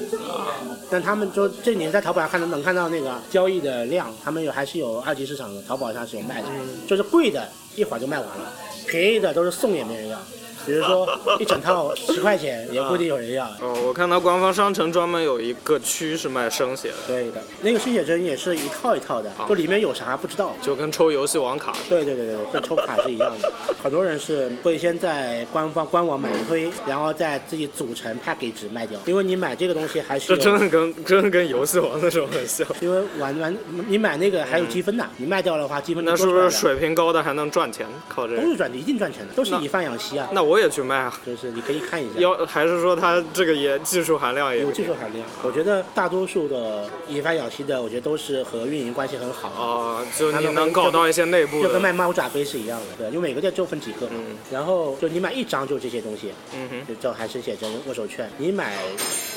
但他们就这年在淘宝上看能能看到那个交易的量，他们有还是有二级市场的，淘宝上是有卖的，就是贵的一会儿就卖完了，便宜的都是送也没人要。比如说一整套十块钱也不一定有人要。哦，我看他官方商城专门有一个区是卖生写的，对的，那个吸血针也是一套一套的，就里面有啥不知道。就跟抽游戏王卡对对对对，跟抽卡是一样的。很多人是会先在官方官网买一堆，然后再自己组成 package 卖掉，因为你买这个东西还是这有真的跟真的跟游戏王那种很像。因为玩玩你买那个还有积分的，你卖掉的话积分 [LAUGHS] 嗯多那是出不来是了水平高的还能赚钱？靠这都个？是赚的，一定赚钱的，都是那以贩养吸啊。那我也去卖啊！就是你可以看一下，要还是说他这个也技术含量也有技术含量。我觉得大多数的以贩养吸的，我觉得都是和运营关系很好，啊哦，就你能搞到一些内部就跟的。卖猫爪杯是一样的，对，因为每个店就分几个，嗯然后就你买一张就这些东西，嗯哼，就叫还是写真握手券，你买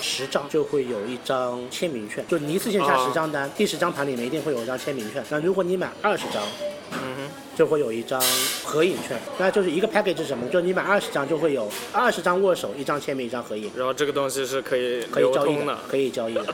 十张就会有一张签名券，就你一次性下啊十张单，第十张盘里面一定会有一张签名券。那如果你买二十张，嗯哼，就会有一张合影券，那就是一个 package 是什么？就是你买二十张就会有二十张握手，一张签名，一张合影，然后这个东西是可以可以流交易通的的，，可以交易的。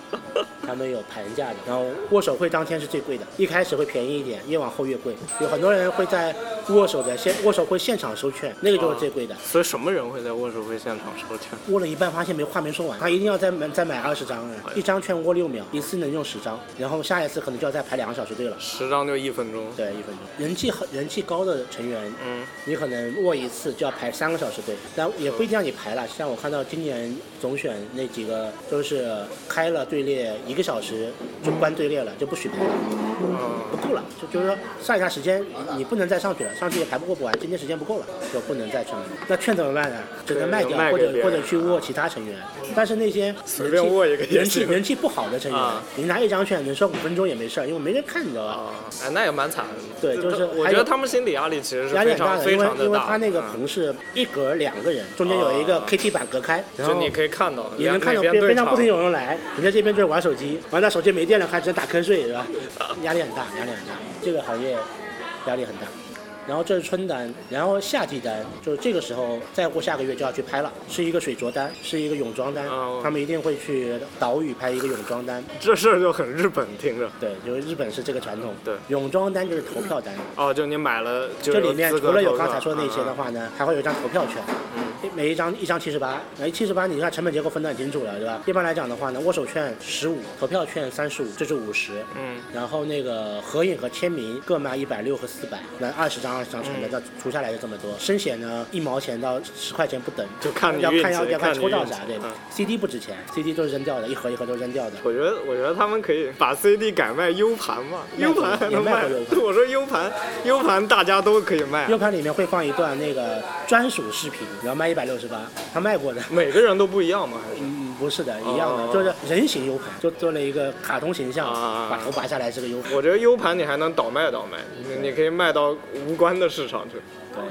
他们有盘价的，然后握手会当天是最贵的，一开始会便宜一点，越往后越贵。有很多人会在握手的现握手会现场收券，那个就是最贵的。 [LAUGHS] 所以什么人会在握手会现场收钱？握了一半发现没话没说完，他一定要再买再买二十张，啊一张券握六秒，一次能用十张，然后下一次可能就要再排两个小时队了。十张就一分钟。对，一分钟。人气很人气高的成员，嗯，你可能握一次就要排三个小时队，但也不一定让你排了。像我看到今年总选那几个，都是开了队列一个小时就关队列了，就不许排了，嗯不够了。就就是说上一下时间你不能再上去了，上去也排不过不完，今天时间不够了，就不能再成了。那券怎么办呢？只能卖掉卖给或者别人或者去握其他成员。但是那些随便握一个也人气行人气不好的成员啊，你拿一张券能刷五分钟也没事儿，因为没人看，你知道吧？啊，哎，那也蛮惨的。对就是我还觉有得他们心理压力其实是压力非很大常的，非因为常的大。因为他那个嗯棚是一格两个人，中间有一个啊 KT 板隔开，然就后你可以看到，你能看到两边边对边上场不停有人来，你在这边就是玩手机，玩到手机没电了，还只能打瞌睡，是吧？压力很大，压力很大，这个行业压力很大。然后这是春单，然后夏季单，就是这个时候再过下个月就要去拍了，是一个水着单，是一个泳装单，哦他们一定会去岛屿拍一个泳装单，这事儿就很日本，听着。对，就是日本是这个传统，对泳装单就是投票单，哦，就你买了就这有里面资格除了有投票啊刚才说的那些的，话嗯呢，还会有一张投票权，每一张一张七十八，哎，七十八你看成本结构分得很清楚了，对吧？一般来讲的话呢，握手券十五，投票券三十五，这是五十，嗯，然后那个合影和签名各卖一百六和四百，那二十张二十张嗯成的，那除下来就这么多。生写呢，一毛钱到十块钱不等，就看你要运看要气要看看你抽到运气啥对吧嗯？CD 不值钱，CD 都是扔掉的，一盒一盒都扔掉的。我觉得，我觉得他们可以把 CD 改卖 U 盘嘛卖，U 过盘还能也卖卖 [LAUGHS] 过 U。盘我说 U 盘，U 盘大家都可以卖啊 U 盘里面会放一段那个专属视频，然后卖一一百六十八，他卖过的。每个人都不一样嘛，还是嗯，不是的，一样的，哦就是人形 U 盘，就做了一个卡通形象，啊把头拔下来是个 U 盘。我觉得 U 盘你还能倒卖倒卖，你你可以卖到无关的市场去。对，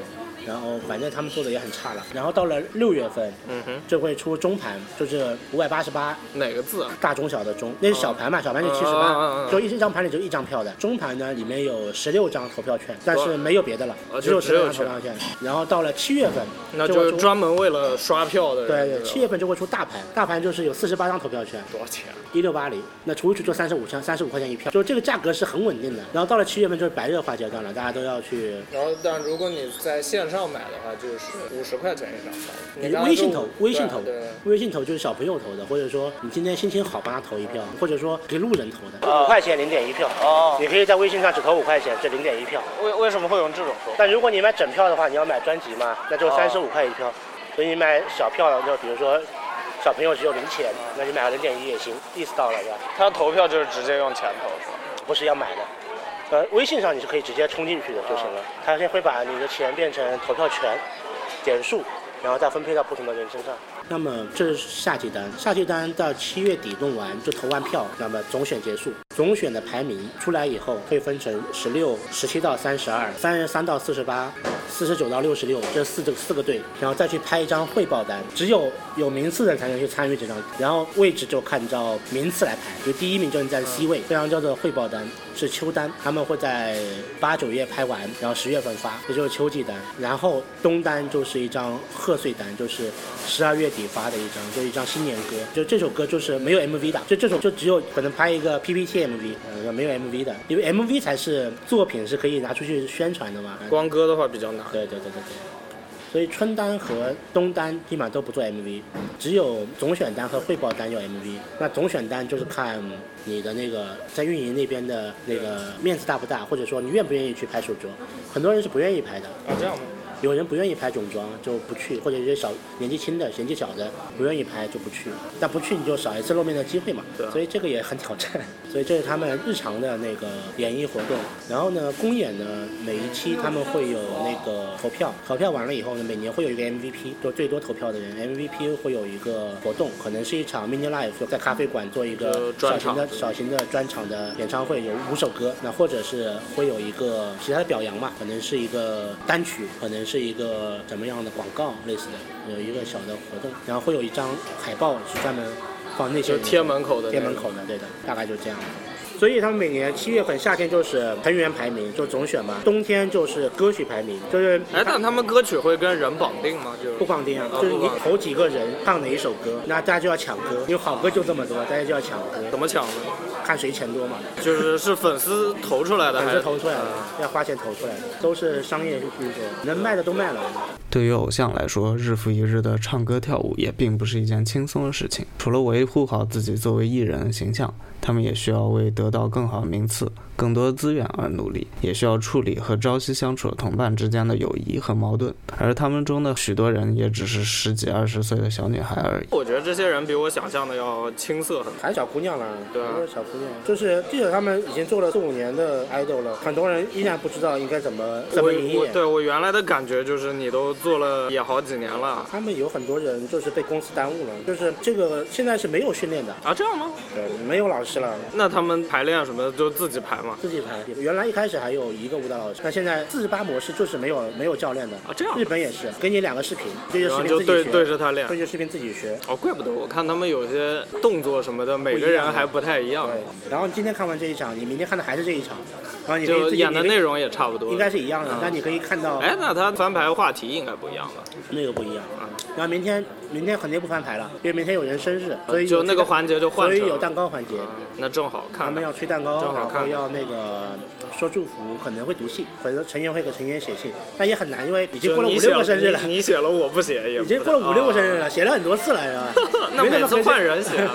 然后反正他们做的也很差了。然后到了六月份，嗯哼，就会出中盘，就是五百八十八哪个字啊？大中小的中，那是小盘嘛，小盘就七十啊啊啊八啊，就一张盘里就一张票的。中盘呢，里面有十六张投票券，但是没有别的了啊，只有就十只有六张投票券。然后到了七月份，那就会就出专门为了刷票的对人。对，吧七月份就会出大盘，大盘就是有四十八张投票券，多少钱啊？一六八零，那除去就三十五，像三十五块钱一票，就这个价格是很稳定的。然后到了七月份就是白热化阶段了，大家都要去然后，但如果你在线上买的话，就是五十块钱一张票。你刚才微信说投，微信投对，微信投就是小朋友投的，或者说你今天心情好帮他投一票，或者说给路人投的。啊五块钱零点一票，哦，你可以在微信上只投五块钱，这零点一票。为为什么会用这种说法？但如果你买整票的话，你要买专辑嘛，那就哦三十五块一票。所以你买小票的，就比如说小朋友只有零钱，那你买个零点一也行，意思到了对吧？他投票就是直接用钱投是吧？不是要买的。呃，微信上你是可以直接充进去的就行了。他先会把你的钱变成投票权、点数，然后再分配到不同的人身上。那么这是夏季单，夏季单到七月底弄完就投完票，那么总选结束，总选的排名出来以后会分成十六、十七到三十二、三十三到四十八、四十九到六十六这四个四个队，然后再去拍一张汇报单，只有有名次的人才能去参与这张，然后位置就按照名次来排，就第一名就能占 C 位，这张叫做汇报单，是秋单，他们会在八九月拍完，然后十月份发，这就是秋季单，然后冬单就是一张贺岁单，就是十二月底发的一张，就一张新年歌，就这首歌就是没有 MV 的，就这首就只有可能拍一个 PPT MV，呃，没有 MV 的，因为 MV 才是作品是可以拿出去宣传的嘛，光哥的话比较难。对对对对对。所以春单和冬单基本上都不做 MV，只有总选单和汇报单有 MV。那总选单就是看你的那个在运营那边的那个面子大不大，或者说你愿不愿意去拍手镯。很多人是不愿意拍的，啊，这样吗？有人不愿意拍泳装就不去，或者有些小年纪轻的、年纪小的不愿意拍就不去，但不去你就少一次露面的机会嘛，对啊所以这个也很挑战。所以这是他们日常的那个演艺活动。然后呢，公演呢，每一期他们会有那个投票，投票完了以后呢，每年会有一个 MVP，就最多投票的人 MVP 会有一个活动，可能是一场 mini live，就在咖啡馆做一个就小专型场的小型的专场的演唱会有五首歌，那或者是会有一个其他的表扬嘛，可能是一个单曲，可能是一个怎么样的广告类似的，有一个小的活动，然后会有一张海报是专门放那些就人贴门口的那贴种门口的，对的，大概就这样。所以他们每年七月份夏天就是成员排名，就总选嘛；冬天就是歌曲排名，就是哎，但哦他们歌曲会跟人绑定吗？就不放定啊，就是你投几个人唱哪一首歌，那大家就要抢歌，因为好歌就这么多，大家就要抢歌，怎么抢呢？看谁钱多嘛。就是是粉丝投出来的，粉还丝是嗯投出来的，要花钱投出来的，都是商业运啊作，能卖的都卖了。对于偶像来说，日复一日的唱歌跳舞也并不是一件轻松的事情。除了维护好自己作为艺人的形象，他们也需要为得到更好名次、更多资源而努力，也需要处理和朝夕相处的同伴之间的友谊和矛盾。而他们中的许多人也只是十几二十岁的小女孩而已。我觉得这些人比我想象的要青涩很多。还是小姑娘啦，对啊还是小姑娘，就是记者他们已经做了四五年的 idol 了，很多人依然不知道应该怎么怎么营我我业。对我原来的感觉就是，你都做了也好几年了他们有很多人就是被公司耽误了，就是这个现在是没有训练的，啊，这样吗？对，没有老师了。那他们排练什么的就自己排嘛？自己排，原来一开始还有一个舞蹈老师，那现在四十八模式就是没有没有教练的啊这样日本也是，给你两个视频，这些然视后频就自己对学，对着他练。对着视频自己学，哦，怪不得我看他们有些动作什么的，每个人还不太一样，对，然后你今天看完这一场，你明天看的还是这一场，然后你可以就自己演的你可以内容也差不多。应该是一样的嗯，但你可以看到哎，那他翻牌话题应该不一样吧？那个不一样。然后明天明天肯定不翻牌了，因为明天有人生日，所以有啊就那个环节就换所以成有蛋糕环节，嗯那正好他看们看要吹蛋糕，正好然后看要那个说祝福，可能会读信，可能成员会给成员写信，但也很难，因为已经过了五就你写六个生日了你，你写了我不写也已不经过了五六个生日啊？了，写了很多次了，是吧 [LAUGHS] 那没每么次回事换人写啊，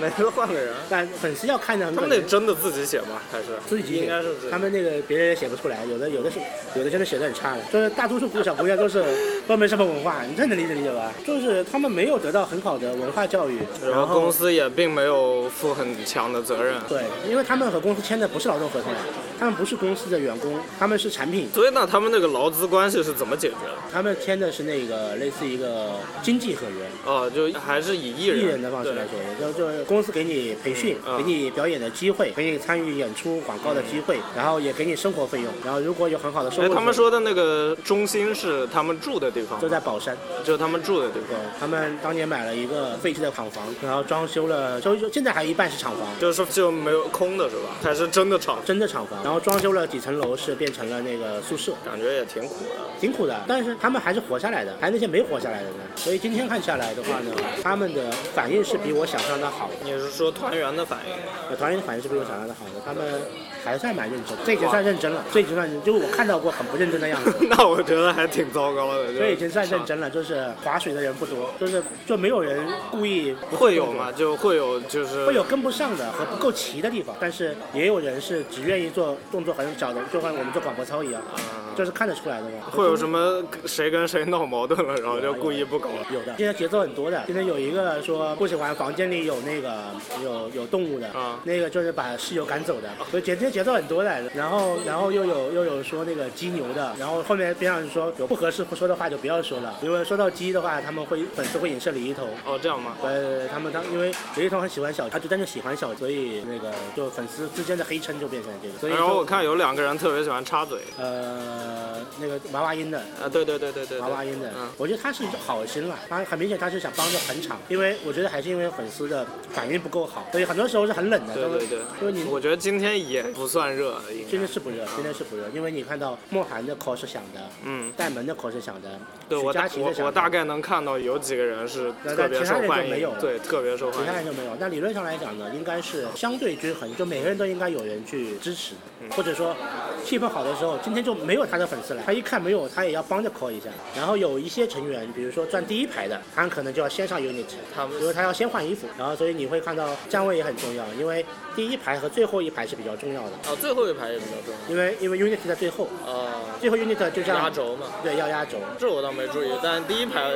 每次换个人， [LAUGHS] 但粉丝要看的很他可们能得真的自己写吗？还是自己写应该是自己他们那个别人也写不出来，有的有的是有的真的写的很差的，就是大多数小姑娘都是都没什么文化，你这能理解理解吧？就是他们没有得到很好的文化教育，然然后公后司也并没有负很强的责任，对，因为他们和公司签的不是劳动合同，啊他们不是公司的员工，他们是产品，所以那他们那个劳资关系是怎么解决的？他们签的是那个类似一个经济合约，哦，就还是以艺艺人人的方式来说，就就是公司给你培训，嗯给你表演的机会，给你参与演出广告的机会，然后也给你生活费用，然后如果有很好的收对。哎，入，他们说的那个中心是他们住的地方就，在宝山。就是他们住的地方对，，他们当年买了一个废弃的厂房，然后装修了，装修现在还有一半是厂房，就是就没有空的是吧？还是真的厂，真的厂房，然后装修了几层楼是变成了那个宿舍，感觉也挺苦的。挺苦的，但是他们还是活下来的，还有那些没活下来的呢。所以今天看下来的话呢，他们的反应是比我想象的好的，你是说团员的反应？ [LAUGHS] 呃团员的反应是比我想象的好的，他们还算蛮认真，这已经算认真了，这已经算就是我看到过很不认真的样子。那我觉得还挺糟糕的。就这已经算认真了，就是划水的人不多，就是就没有人故意不会有动作嘛？就会有就是会有跟不上的和不够齐的地方，但是也有人是只愿意做动作很小的，就像我们做广播操一样，这是看得出来的嘛。呃会有什么谁跟谁闹矛盾了，然后就故意不搞。有的，现在节奏很多的。现在有一个说不喜欢房间里有那个有有动物的，啊那个就是把室友赶走的。所以节奏节奏很多的，然后然后又有又有说那个鸡牛的，然后后面边上说有不合适不说的话就不要说了，因为说到鸡的话，他们会粉丝会影射李一桐。哦，这样吗？呃，他们当因为李一桐很喜欢小，他就真的喜欢小，所以那个就粉丝之间的黑称就变成了这个，所以然后哎我就看有两个人特别喜欢插嘴。呃那个娃娃音的。啊，对对对对对。对娃娃音的嗯，我觉得他是好心了，他很明显他是想帮着捧场，因为我觉得还是因为粉丝的反应不够好，所以很多时候是很冷的，对对对因为你我觉得今天也不算热，应今该天。是不热，今天是不热，因为你看到莫寒的 call 是响的，嗯，戴萌的 call 是响的，对许我佳大琪的我响的我大概能看到有几个人是那特别其他受人就欢没有迎了，对，特别受其欢他迎人。就没有。那理论上来讲呢，应该是相对均衡，就每个人都应该有人去支持，嗯或者说气氛好的时候，今天就没有他的粉丝来，他一看没有，他也要帮着 call 一下。然后有一些成员，比如说站第一排的，他可能就要先上 unit，他们比如他要先换衣服，然后所以你会看到站位也很重要，因为第一排和最后一排是比较重要的，哦，最后一排也比较重因为因为 unit 在最后，要。哦，最后 unit 就像轴嘛，对要压轴，这我倒没注意，但第一排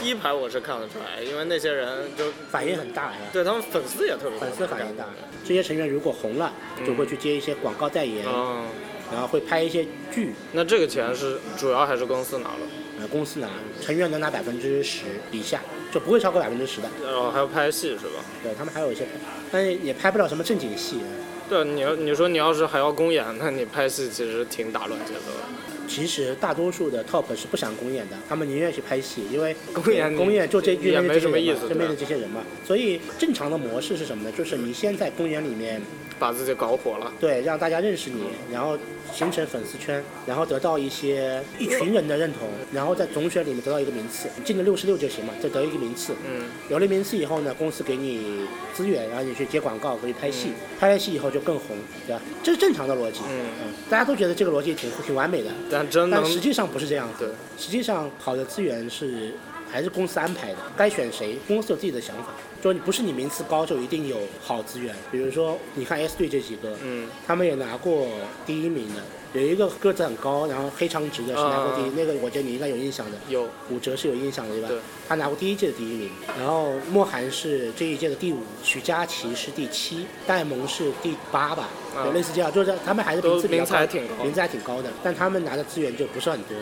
第一排我是看得出来，因为那些人就反应很大呀。对他们粉丝也特别粉丝反应大，这些成员如果红了，就会去接一些广告代言，嗯，然后会拍一些剧，那这个钱是主要还是公司拿了，呃，公司拿成员能拿百分之十以下，就不会超过百分之十的。然后还要拍戏是吧？对他们还有一些，但是也拍不了什么正经戏。啊对，你要你说你要是还要公演，那你拍戏其实挺打乱节奏的。其实大多数的 top 是不想公演的，他们宁愿去拍戏，因为公演公演就这也面对这没什些么人意嘛思，就面对对啊这些人嘛。所以正常的模式是什么呢？就是你先在公演里面把自己搞火了，对，让大家认识你，然后形成粉丝圈，然后得到一些一群人的认同，然后在总选里面得到一个名次，进了六十六就行嘛，就得一个名次。嗯，有了名次以后呢，公司给你资源，然后你去接广告，可以拍戏，拍了戏以后就更红，对吧？这是正常的逻辑，嗯大家都觉得这个逻辑挺挺完美的，但真能但实际上不是这样的。对，实际上好的资源是还是公司安排的，该选谁，公司有自己的想法。就不是你名次高就一定有好资源，比如说你看 S 队这几个，嗯，他们也拿过第一名的，有一个个子很高，然后黑长直的是拿过第一，啊那个我觉得你应该有印象的，有武哲是有印象的，对吧？对他拿过第一届的第一名，然后莫寒是这一届的第五，许佳琪是第七，戴萌是第八吧，啊有类似这样，就是他们还是都名次比较名次高还挺高名次还挺高的，但他们拿的资源就不是很多，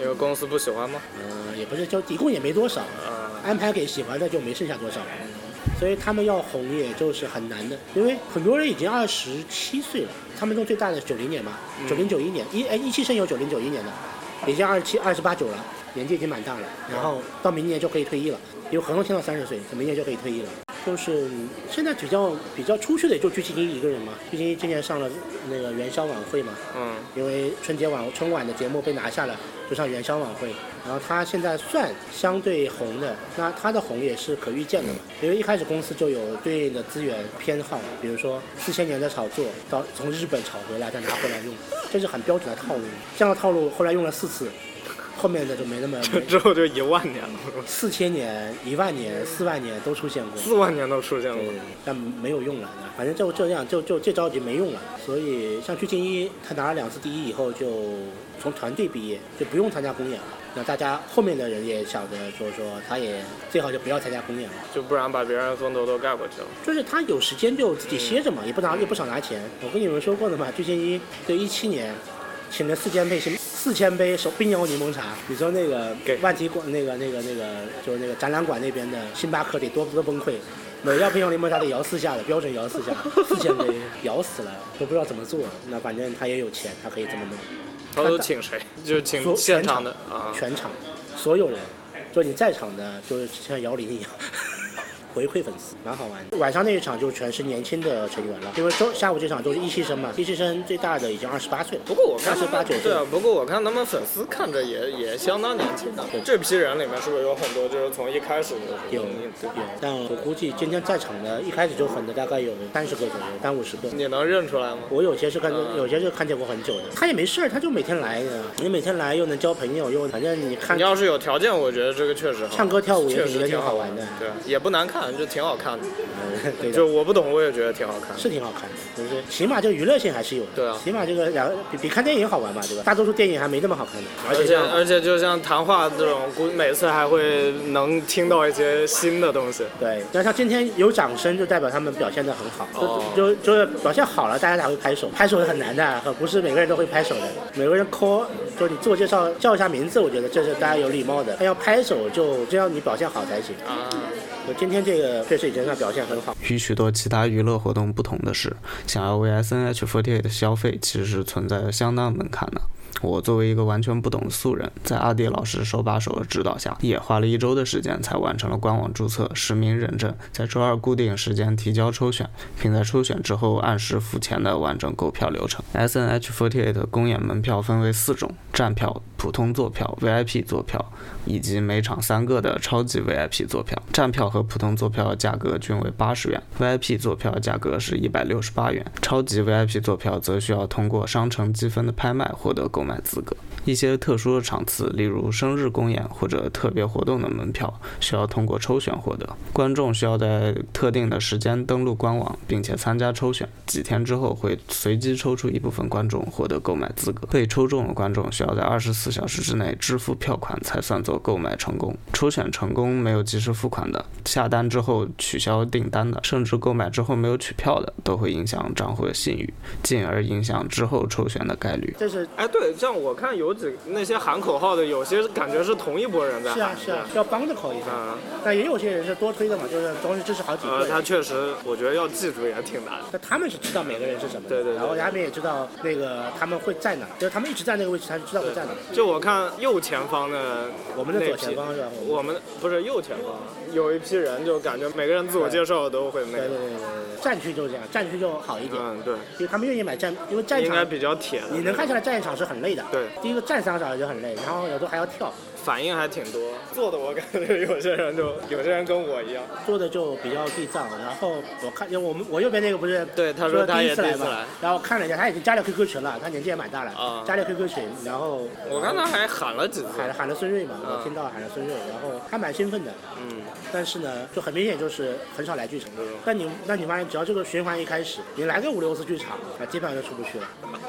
因为公司不喜欢吗？ [LAUGHS] 呃，也不是就一共也没多少，啊、安排给喜欢的就没剩下多少，所以他们要红也就是很难的，因为很多人已经二十七岁了，他们中最大的九零年嘛，九零九一年一哎一期生有九零九一年的，已经二七二十八九了，年纪已经蛮大了，然后到明年就可以退役了，有合同签到三十岁，明年就可以退役了。就是现在比较比较出去的也就鞠婧祎一个人嘛，鞠婧祎今年上了那个元宵晚会嘛，嗯，因为春节晚春晚的节目被拿下了，就上元宵晚会。然后他现在算相对红的，那他的红也是可预见的嘛，因为一开始公司就有对应的资源偏好，比如说四千年的炒作，到从日本炒回来再拿回来用，这是很标准的套路。这样的套路后来用了四次，后面的就没那么没之后就一万年了，四千年、一万年、四万年都出现过。四万年都出现过对。，但没有用了，反正就这样，就就这招已经没用了。所以像鞠婧祎，她拿了两次第一以后，就从团队毕业，就不用参加公演了。那大家后面的人也想着说说，他也最好就不要参加公演了，就不然把别人风头都盖过去了。就是他有时间就自己歇着嘛，也不拿也不少拿钱。我跟你们说过的嘛，巨星一对一七年。请了四千杯什么四千杯手冰摇柠檬茶，你说那个给万体馆那个那个那个就是那个展览馆那边的星巴克得多多崩溃，每要冰摇柠檬茶得摇四下的，标准摇四下，四千杯摇死了，都不知道怎么做。那反正他也有钱，他可以这么弄。他都请谁？ [LAUGHS] 就请所现场的啊。全场所有人，就你在场的，就是像摇铃一样。 [LAUGHS] 回馈粉丝蛮好玩的，晚上那一场就全是年轻的成员了，因为周下午这场都是一期生嘛，一期生最大的已经二十八岁了，不过我看他28们九岁对啊，不过我看他们粉丝看着也也相当年轻的。这批人里面是不是有很多就是从一开始就有有你，但我估计今天在场的一开始就粉的大概有三十个左右，三五十个。你能认出来吗？我有些是看见，嗯有些是看见过很久的。他也没事儿，他就每天来的。你每天来又能交朋友，又反正你看你要是有条件，我觉得这个确实好唱歌跳舞也确挺实也挺挺好好玩的。对，也不难看，就挺好看的。嗯对的就我不懂，我也觉得挺好看。是挺好看的，就是起码这个娱乐性还是有的。对啊起码这个然后比比看电影好玩吧，对吧？大多数电影还没那么好看的，而而且这且呃样而且，就像谈话这种，估每次还会能听到一些新的东西。对，那像今天有掌声，就代表他们表现得很好，哦就就就是表现好了，大家才会拍手。拍手很难的，可不是每个人都会拍手的。每个人 call 就是你自我介绍叫一下名字，我觉得这是大家有礼貌的。但要拍手就只要你表现好才行。啊，我今天这个确实已经算表现很好，与许多其他娱乐活动不同的是，想要为 SNH48 的消费其实是存在着相当门槛的。我作为一个完全不懂的素人，在阿迪老师手把手的指导下，也花了一周的时间才完成了官网注册、实名认证，在周二固定时间提交抽选，并在抽选之后按时付钱的完整购票流程。SNH48 的公演门票分为四种：站票、普通座票、VIP 座票以及每场三个的超级 VIP 座票。站票和普通座票价格均为八十元，VIP 座票价格是一百六十八元，超级 VIP 座票则需要通过商城积分的拍卖获得购买资格。一些特殊的场次，例如生日公演或者特别活动的门票，需要通过抽选获得。观众需要在特定的时间登录官网，并且参加抽选。几天之后会随机抽出一部分观众获得购买资格。被抽中的观众需要在二十四小时之内支付票款才算作购买成功。抽选成功没有及时付款的，下单之后取消订单的，甚至购买之后没有取票的，都会影响账户的信誉，进而影响之后抽选的概率。这是哎，对，像我看有几那些喊口号的，有些感觉是同一波人在喊。是啊是啊，要帮着 call 一下。嗯，但也有些人是多推的嘛，就是同时支持好几个呃，人。他确实，我觉得要记住也挺难。那他们是知道每个人是什么的，对对对然后他们也知道那个他们会在哪，就是他们一直在那个位置，他就知道会在哪。就我看右前方的我们的左前方是吧？那批我我们不是右前方有一批人，就感觉每个人自我介绍都会那对对个，对对对，对战区就是这样，战区就好一点，嗯，对，因为他们愿意买战，因为战应该场比较铁的，你能看下来战一场是很累的。对，第一个站三个小时就很累，然后有时候还要跳，反应还挺多。做的我感觉有些人就有些人跟我一样，做的就比较地藏。然后我看，因为我们我右边那个不是对他说他第也一次来第一次嘛来，然后我看了一下，他已经加了 QQ 群了，他年纪也蛮大了啊，加了 QQ 群，然后我刚才还喊了几次，喊了喊了孙瑞嘛，我嗯听到喊了孙瑞，然后他蛮兴奋的，嗯，但是呢，就很明显就是很少来剧场。但你但你发现，只要这个循环一开始，你来个五六次剧场，啊，基本上就出不去了。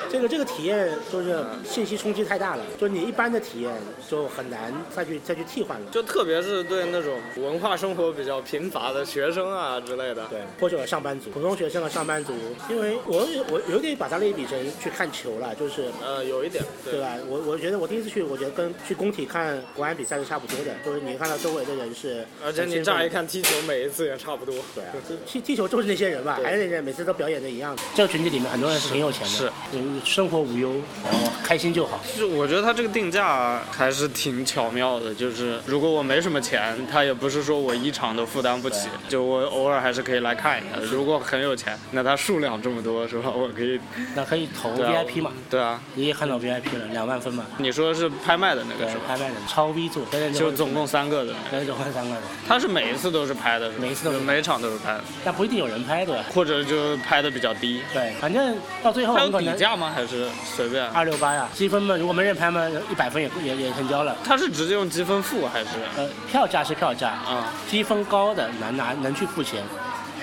这个这个体验就是信息冲击太大了，就你一般的体验就很难再去再去替换了。就特别是对那种文化生活比较贫乏的学生啊之类的，对，或者上班族、普通学生和上班族，因为我我有点把它类比成去看球了，就是呃，有一点，对吧？我我觉得我第一次去，我觉得跟去工体看国安比赛是差不多的，就是你看到周围的人是，而且你乍一，看踢球，每一次也差不多。对啊，就踢踢球就是那些人吧，还是那些人每次都表演的一样的。这个群体里面很多人是挺有钱的，是嗯生活无忧，然后开心就好。就我觉得他这个定价还是挺巧妙的，就是如果我没什么钱，他也不是说我一场都负担不起，就我偶尔还是可以来看一下。如果很有钱，那他数量这么多是吧？我可以，那可以投对啊 VIP 嘛？对啊，你也看到 VIP 了，两万分嘛？你说是拍卖的那对个是，吧？拍卖的超 V 座，现在就总共三个的，现在就换三个人，他是每一次都是拍的，是吧每一次都是就每一场都是拍的，但不一定有人拍对吧？或者就拍的比较低。对，反正到最后他很有可底能价吗？还是随便？二六八呀，积分嘛，如果没人拍嘛，一百分也也也成交了。他是直接用积分付还是？呃，票价是票价，啊、积分高的能拿能去付钱，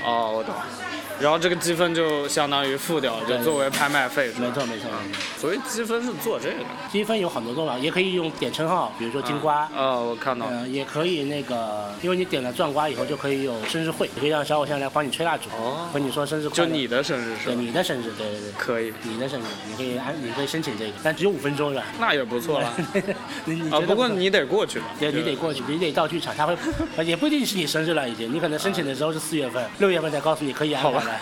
哦，我懂。然后这个积分就相当于付掉，就对作为拍卖费。是吧没错没错没错，所以积分是做这个的。积分有很多种了，也可以用点称号，比如说金瓜。啊，我看到了。嗯、也可以那个，因为你点了钻瓜以后，就可以有生日会，可以让小偶像来帮你吹蜡烛，哦和你说生日快就乐。你的生日是对吧？你的生日，对对对，可以，你的生日，你可以安，你可以申请这个，但只有五分钟是吧？那也不错了。 [LAUGHS] 你你啊，觉得不过错你得过去吧。对，你得过去，你得到剧场，他会，呃也不一定是你生日了，已经，你可能申请的时候是四月份、六月份才告诉你可以安排好了吧，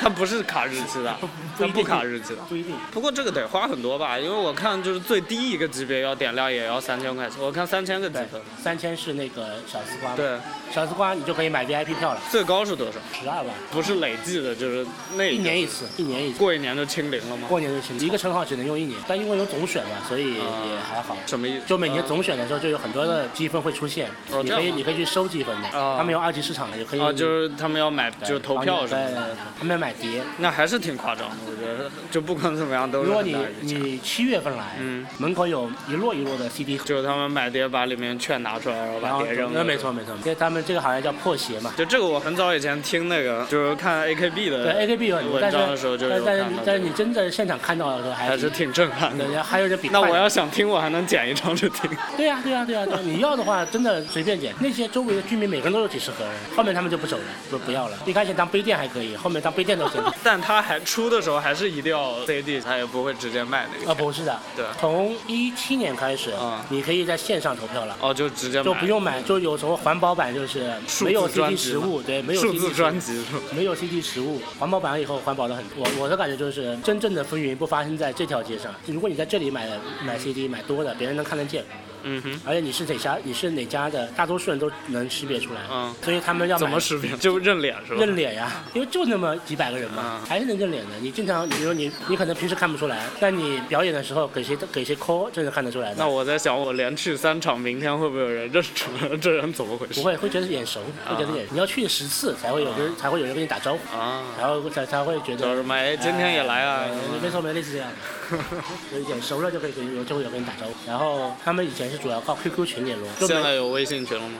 它不是卡日期 [LAUGHS] 的，它一不定卡日期的。不一 [LAUGHS] 定。不过这个得花很多吧，因为我看就是最低一个级别要点亮也要三千块钱，我看三千个积对分。，三千是那个小丝瓜嘛，对，小丝瓜你就可以买 VIP 票了，最高是多少？十二万，不是累计的，就是那一个年一次，一年一次，过一年就清零了吗？过年就行，一个称号只能用一年，但因为有总选嘛，所以啊也还好。什么意思？就每年啊总选的时候，就有很多的积分会出现，哦你这样可以吗你可以去收积分的，啊他们有二级市场的，也可以啊，就是他们要买对就投票什么帮你对的，对对他们买碟，那还是挺夸张的，我觉得就不管怎么样都是如果很你大一个钱。你七月份来，嗯门口有一摞一摞的 CD 盒，就是他们买碟把里面券拿出来，然后然把后碟扔那了。没错没错，因为他们这个行业叫破鞋嘛。就这个我很早以前听那个，就是看 AKB 的对 AKB 有很多，文但章的时候是就但但有看是到这但个是，你真的现场看到的时候还还是挺震撼的对。然后还有人比那快我的要想听，我还能剪一张着听。 [LAUGHS] 对呀对呀对呀，对呀你要的话真的随便点。那些周围的居民每个人都有几十盒，后面他们就不走了，不不要了。一开始当杯垫还可以，后面当杯垫都行。但他还出的时候还是一定要 CD，他也不会直接卖那啊个。不是的，对从一七年开始啊，你可以在线上投票了。哦，就直接买就不用买，就有什么环保版，就是数字没有 CD 专辑实嘛物，对，没有数 CD 字实物专辑是吧？没有 CD 实物，环保版了以后环保的很。我我的感觉就是，真正的风云不发生在这条街上。如果你在这里买的买 CD 买多的，别人能看得见，嗯哼，而且你是哪家你是哪家的，大多数人都能识别出来。嗯，所以他们要买怎么 [LAUGHS] 识别？就认脸是吧？认脸呀？因为就那么几百个人嘛，嗯还是能认脸的。你经常，你比如你你可能平时看不出来，但你表演的时候给谁给谁 call，这是看得出来的。那我在想，我连去三场，明天会不会有人认出来？这人怎么回事？不会会觉得眼熟，会觉得眼，你要去十次才会有人才会有人跟你打招呼，嗯啊，然后才才会觉得叫什么？哎，今天也来啊哎！没错，没类似这样的。 [LAUGHS] 有一点熟了就可以跟有就会有跟你打招呼。然后他们以前是主要靠 QQ 群联络，就现没在有微信群了吗？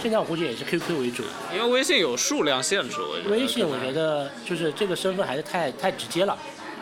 现在我估计也是 QQ 为主。因为微信有数量限制，我觉得。微信我觉得得就是这个身份还是太太直接了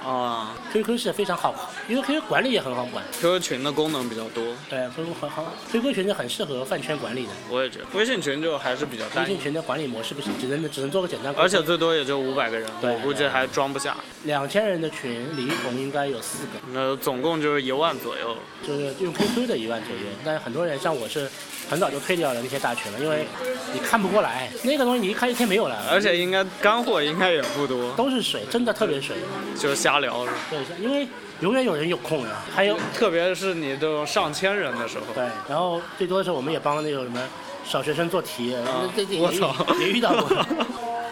啊，QQ 是非常好管，因为 QQ 管理也很好管。 ，QQ 群的功能比较多，对，QQ 很好，QQ 群是很适合饭圈管理的。我也觉得微信群就还是比较微单信一，群的管理模式不行，只能只能做个简单沟通。而且最多也就五百个人，对我估计还装不下。两千人的群里一共应该有四个，那总共就是一万左右。就是用 QQ 的一万左右，但是很多人像我是很早就退掉了那些大群了，因为你看不过来那个东西，你一看一天没有了，而且应该干货应该也不多，都是水，真的特别水。就是瞎聊。是吧对，因为永远有人有空呀、还有特别是你这种上千人的时候，对，然后最多的时候我们也帮那种什么小学生做题，那这这也啊我操也遇到 [LAUGHS] 过。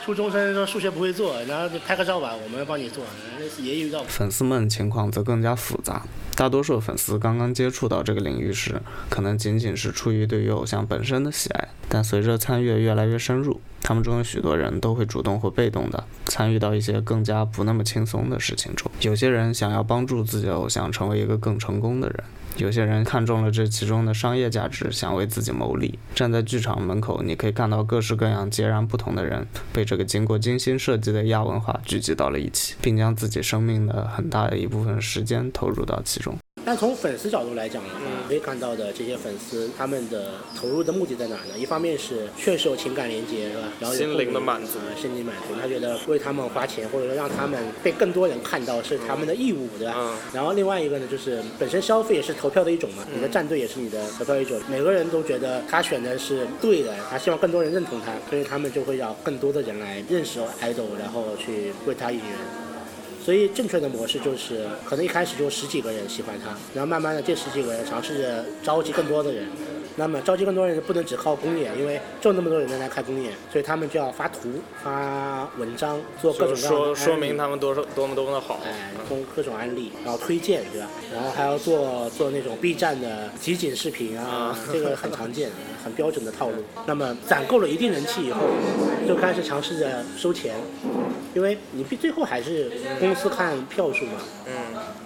初中生说数学不会做，然后就拍个照吧，我们帮你做，类似也遇到过。粉丝们情况则更加复杂。大多数粉丝刚刚接触到这个领域时，可能仅仅是出于对于偶像本身的喜爱，但随着参与越来越深入，他们中有许多人都会主动或被动的参与到一些更加不那么轻松的事情中。有些人想要帮助自己的偶像成为一个更成功的人，有些人看中了这其中的商业价值，想为自己谋利。站在剧场门口，你可以看到各式各样截然不同的人被这个经过精心设计的亚文化聚集到了一起，并将自己生命的很大的一部分时间投入到其中。但从粉丝角度来来讲的话，嗯可以看到的这些粉丝他们的投入的目的在哪呢？一方面是确实有情感连接，是吧？然后有心灵的满足共鸣呃心灵满足，他觉得为他们花钱，或者说让他们被更多人看到是他们的义务，对吧？嗯然后另外一个呢，就是本身消费也是投票的一种嘛，你的战队也是你的投票一种，每个人都觉得他选的是对的，他希望更多人认同他，所以他们就会让更多的人来认识 idol，然后去为他应援。所以正确的模式就是，可能一开始就十几个人喜欢他，然后慢慢的这十几个人尝试着召集更多的人。那么召集更多人不能只靠公演，因为就那么多人来看公演，所以他们就要发图、发文章，做各种各样的案例们多少多么多么的好哎，通各种案例，然后推荐，对吧？然后还要做做那种 B 站的集锦视频啊啊，这个很常见，很标准的套路。那么攒够了一定人气以后，就开始尝试着收钱，因为你最后还是公司看票数嘛，嗯，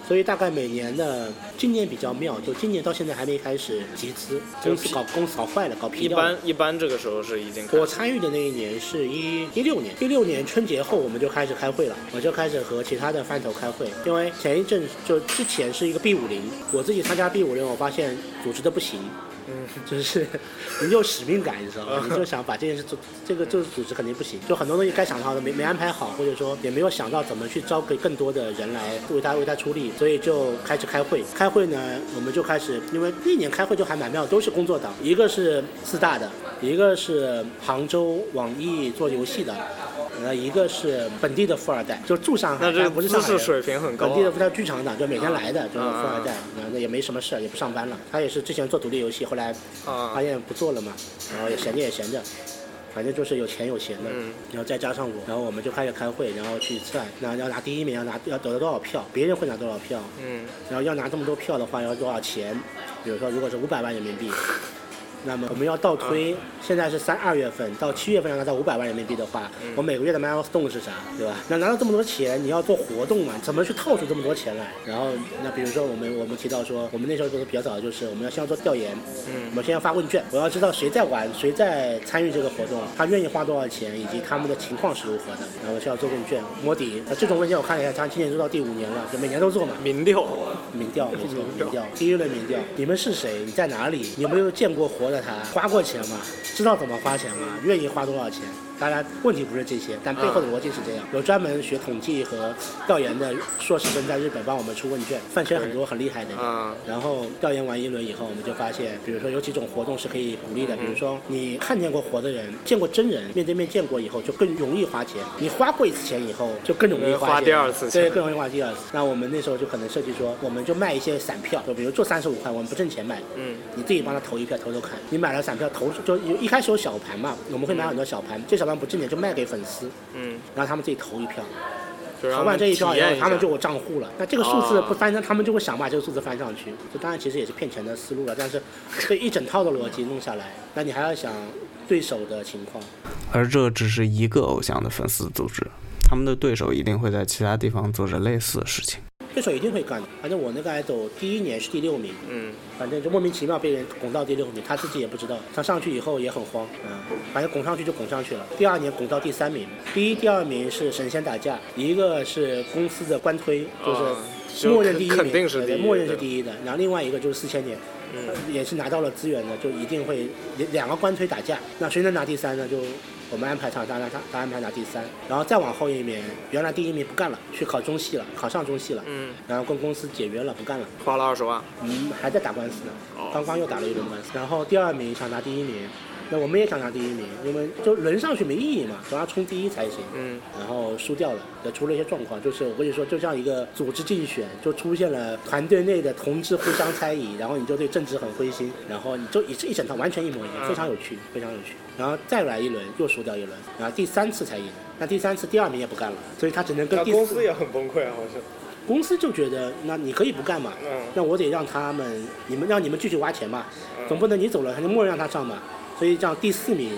所以大概每年的今年比较妙，就今年到现在还没开始集资，公司搞公司搞坏了，搞一批掉了般一般这个时候是已经开我参与的那一年是一一六年，一六年春节后我们就开始开会了，我就开始和其他的饭头开会，因为前一阵就之前是一个 B 五零，我自己参加 B 五零，我发现组织的不行。嗯，就是 [LAUGHS] 你有使命感，你知道吗？你就想把这件事做，这个就是组织肯定不行，就很多东西该想到的没没安排好，或者说也没有想到怎么去招给更多的人来为他为他出力，所以就开始开会。开会呢，我们就开始，因为那年开会就还蛮妙，都是工作党，一个是四大的，一个是杭州网易做游戏的，呃，一个是本地的富二代，就住上海，那这但哎不是上海姿势人水平很高本啊地的不叫剧场党，就每天来的，就是富二代，那也没什么事儿，也不上班了。他也是之前做独立游戏，后来啊发现不做了嘛，然后也闲着也闲着。反正就是有钱有闲的，嗯然后再加上我，然后我们就开始开会，然后去算，那要拿第一名，要拿要得到多少票，别人会拿多少票，嗯，然后要拿这么多票的话要多少钱？比如说，如果是五百万人民币， [LAUGHS] 那么我们要倒啊推，现在是三二月份到七月份要拿到五百万人民币的话，嗯我每个月的 milestone 是啥，对吧？那拿到这么多钱，你要做活动嘛？怎么去套出这么多钱来？然后，那比如说我们我们提到说，我们那时候做的比较早，的就是我们要先要做调研，我们先要发问卷，我要知道谁在玩，谁在参与这个活动，他愿意花多少钱，以及他们的情况是如何的，然后需要做问卷摸底。那这种问卷我看了一下，他今年做到第五年了，就每年都做嘛。民调，啊民调，没错，民调，第一轮民调，你们是谁？你在哪里？有没有见过活的他？花过钱吗？知道怎么花钱吗？愿意花多少钱？当然，问题不是这些，但背后的逻辑是这样。有专门学统计和调研的硕士生在日本帮我们出问卷，饭圈很多很厉害的人。嗯然后调研完一轮以后，我们就发现，比如说有几种活动是可以鼓励的，比如说你看见过活的人，见过真人，面对面见过以后，就更容易花钱。你花过一次钱以后，就更容易花花钱第二次对，钱更更容易花第二次。那我们那时候就可能设计说，我们就卖一些散票，就比如做三十五块，我们不挣钱卖，嗯，你自己帮他投一票，投投看。你买了散票投，就有一开始有小盘嘛，我们会买很多小盘，这小盘不挣钱就卖给粉丝，嗯，让他们自己投一票，就让投完这体一票以后验一，下他们就有账户了。那这个数字啊不翻上，他们就会想把这个数字翻上去。这当然其实也是骗钱的思路了，但是这一整套的逻辑弄下来，那你还要想对手的情况。而这只是一个偶像的粉丝组织，他们的对手一定会在其他地方做着类似的事情。对手一定会干的。反正我那个 idol 第一年是第六名，嗯，反正就莫名其妙被人拱到第六名，他自己也不知道。他上去以后也很慌，嗯，反正拱上去就拱上去了。第二年拱到第三名，第一、第二名是神仙打架，一个是公司的官推，就是啊就默认第一名，肯肯定是对第一对默认是对嗯第一的。然后另外一个就是四千年。呃也是拿到了资源的，就一定会两两个官推打架，那谁能拿第三呢？就我们安排他，他他他安排拿第三，然后再往后一面，原来第一名不干了，去考中戏了，考上中戏了，嗯，然后跟公司解约了，不干了，花了二十万，嗯，还在打官司呢，哦刚刚又打了一轮官司，然后第二名想拿第一名，那我们也想拿第一名，因为就轮上去没意义嘛，总要冲第一才行，嗯，然后输掉了，也出了一些状况，就是我跟你说，就像一个组织竞选，就出现了团队内的同志互相猜疑，然后你就对政治很灰心，然后你就一一整套完全一模一嗯样，非常有趣，非常有趣，然后再来一轮又输掉一轮，然后第三次才赢，那第三次第二名也不干了，所以他只能跟那第四公司也很崩溃啊，好像。公司就觉得，那你可以不干嘛？嗯那我得让他们，你们让你们继续挖钱嘛，总不能你走了，还能默认让他上嘛？所以这样第四名，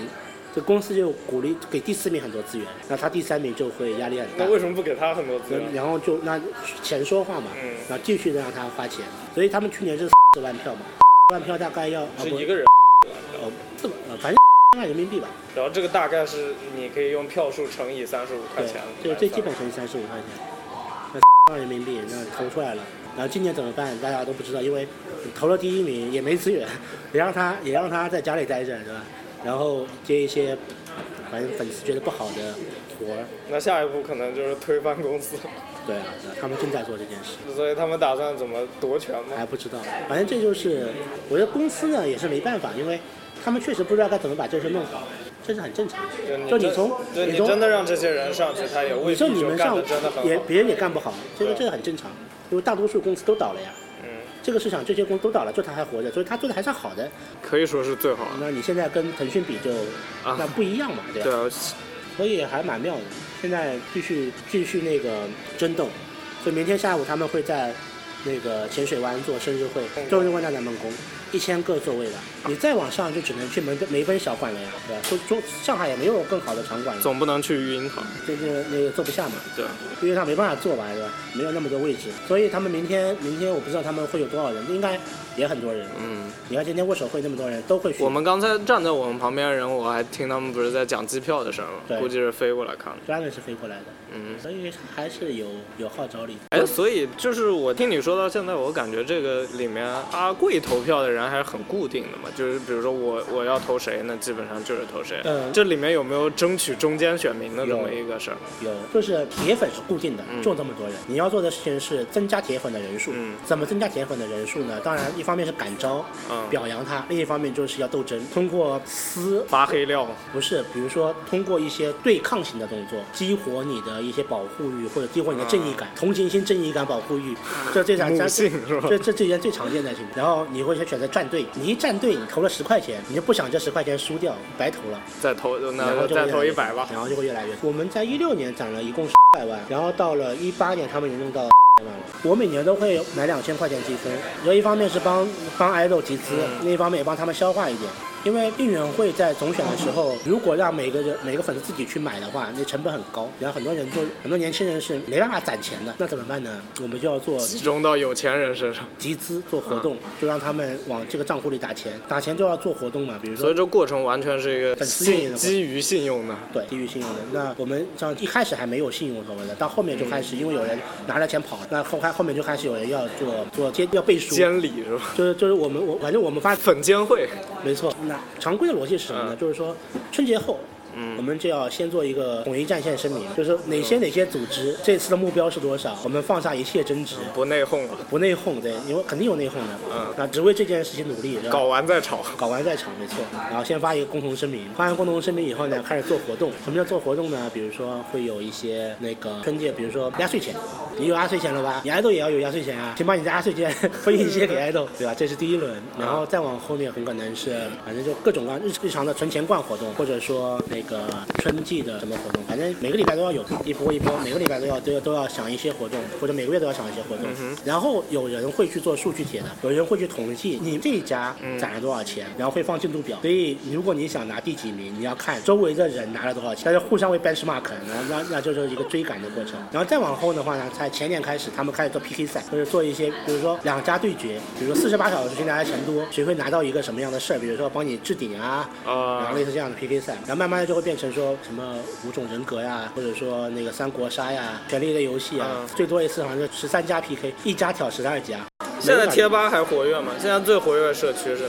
这公司就鼓励给第四名很多资源，那他第三名就会压力很大嗯那。为什么不给他很多资那源？然后就那钱说话嘛，嗯然后继续的让他花钱，所以他们去年是十万票嘛，万票大概要啊是不一个人，呃这么呃反正万人民币吧，然后这个大概是你可以用票数乘以三十五块对钱，，就是最基本乘以三十五块钱，那万人民币那投出来了。然后今年怎么办？大家都不知道，因为投了第一名也没资源， [LAUGHS] 也让他也让他在家里待着，是吧？然后接一些反正粉丝觉得不好的活儿，那下一步可能就是推翻公司，对啊，对啊他们正在做这件事。所以他们打算怎么夺权吗？还不知道，反正这就是我觉得公司呢也是没办法，因为他们确实不知道该怎么把这事弄好，这是很正常的。就你就真你从就你你从真的让这些人上去，他也未你说必你就们干上得真的很也好。别人也干不好，这个对这个很正常，因为大多数公司都倒了呀。嗯，这个市场这些公司都倒了，就他还活着，所以他做的还算好的。可以说是最好那你现在跟腾讯比就啊那不一样嘛，对吧？对，啊所以还蛮妙的。现在继续继续那个争斗，嗯所以明天下午他们会在那个浅水湾做生日会，周日会在南梦宫。一千个座位了，你再往上就只能去梅根梅根小馆了呀，对吧？就中上海也没有更好的场馆了，总不能去育婴堂。这这那个坐不下嘛。对，因为他没办法做完，是吧？没有那么多位置，所以他们明天明天我不知道他们会有多少人，应该也很多人。嗯，你看今天握手会那么多人都会去，我们刚才站在我们旁边的人，我还听他们不是在讲机票的事儿对吗？估计是飞过来看的。当然是飞过来的，嗯，所以还是有有号召力。哎，所以就是我听你说到现在，我感觉这个里面阿贵投票的人还是很固定的嘛，就是比如说我我要投谁，那基本上就是投谁。嗯这里面有没有争取中间选民的这么有一个事儿？有，就是铁粉是固定的，嗯就这么多人。你要做的事情是增加铁粉的人数。嗯怎么增加铁粉的人数呢？当然，一方面是感召、嗯，表扬他，另一方面就是要斗争，通过撕发黑料。不是，比如说通过一些对抗型的动作，激活你的一些保护欲，或者激活你的正义感、同情心、正义感、保护欲，这这两母家性是吧这这这些最常见的情况。然后你会选择站队，你一站队，你投了十块钱，你就不想这十块钱输掉，白投了。再投那然后就就会再越投来一越百吧。然后就会越来越。我们在一六年攒了一共十百万，然后到了一八年，他们也弄到了10万了。我每年都会买两千块钱积分，然后一方面是帮帮 idol 集资，嗯另一方面也帮他们消化一点。因为应援会在总选的时候，如果让每个人每个粉丝自己去买的话，那成本很高，然后很多人就很多年轻人是没办法攒钱的，那怎么办呢？我们就要做集中到有钱人身上，集资做活动，就让他们往这个账户里打钱，打钱就要做活动嘛，比如说 [LAUGHS] 所以这过程完全是一个很私密的信基于信用的。对，低于信用的。那我们像一开始还没有信用什么的，到后面就开始，因为有人拿了钱跑，那后开后面就开始有人要做做接要背书，监理 [LAUGHS] 是吧？就是就是我们我反正我们发粉监会，没错。那常规的逻辑是什么呢？就是说春节后。我们就要先做一个统一战线声明，就是哪些哪些组织这次的目标是多少，我们放下一切争执，不内讧了，不内讧，对，因为肯定有内讧的，嗯那只为这件事情努力，然后搞完再吵。搞完再吵，没错。然后先发一个共同声明，发完共同声明以后呢，开始做活动。什么叫做活动呢？比如说会有一些那个春节，比如说压岁钱，你有压岁钱了吧？你爱豆也要有压岁钱啊，请把你的压岁钱 [LAUGHS] 分一些给爱豆，对吧？这是第一轮，然后再往后面很可能是，反正就各种各样日日常的存钱罐活动，或者说那个春季的什么活动，反正每个礼拜都要有一波一波，每个礼拜都要都要都要想一些活动，或者每个月都要想一些活动。然后有人会去做数据帖的，有人会去统计你这一家攒了多少钱，然后会放进度表。所以如果你想拿第几名，你要看周围的人拿了多少钱，大家互相会 benchmark，然后那那就是一个追赶的过程。然后再往后的话呢，在前年开始，他们开始做 PK 赛，就是做一些，比如说两家对决，比如说四十八小时谁拿的钱多，谁会拿到一个什么样的事儿，比如说帮你置顶啊，然后啊类似这样的 PK 赛，然后慢慢的就会变成说什么五种人格呀，或者说那个三国杀呀、权力的游戏啊，嗯最多一次好像就十三家 PK，一家挑十二家。现在贴吧还活跃吗？现在最活跃的社区是，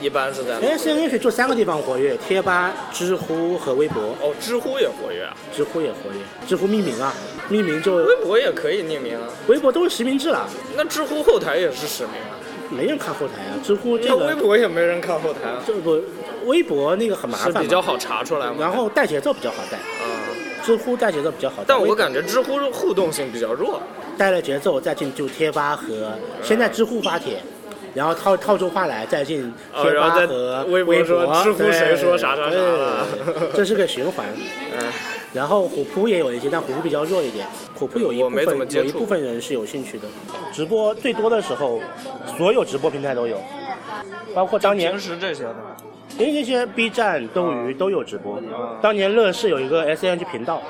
一般是在哪哎，现在可以做三个地方活跃：贴吧、知乎和微博。哦，知乎也活跃啊，知乎也活跃，知乎匿名啊，匿名就微博也可以匿名啊。微博都是实名制了，那知乎后台也是实名啊，没人看后台啊。知乎这那微个博也没人看后台啊，这个微博那个很麻是烦嘛，比较好查出来吗？然后带节奏比较好带，啊，知乎带节奏比较好带。但微我博感觉知乎互动性比较弱。带了节奏再进就贴吧和现在知乎发帖，然后套套出话来再进哦贴然吧后再和微博博说知乎谁说对啥啊嗯啥啥对 [LAUGHS] 这是个循环。然后虎扑也有一些，但虎扑比较弱一点。虎扑有一我部没怎么分接有触一部分人是有兴趣的，直播最多的时候，所有直播平台都有，包括当年平时这些的，因为那些 B 站、斗鱼都有直播。啊当年乐视有一个 SNG 频道，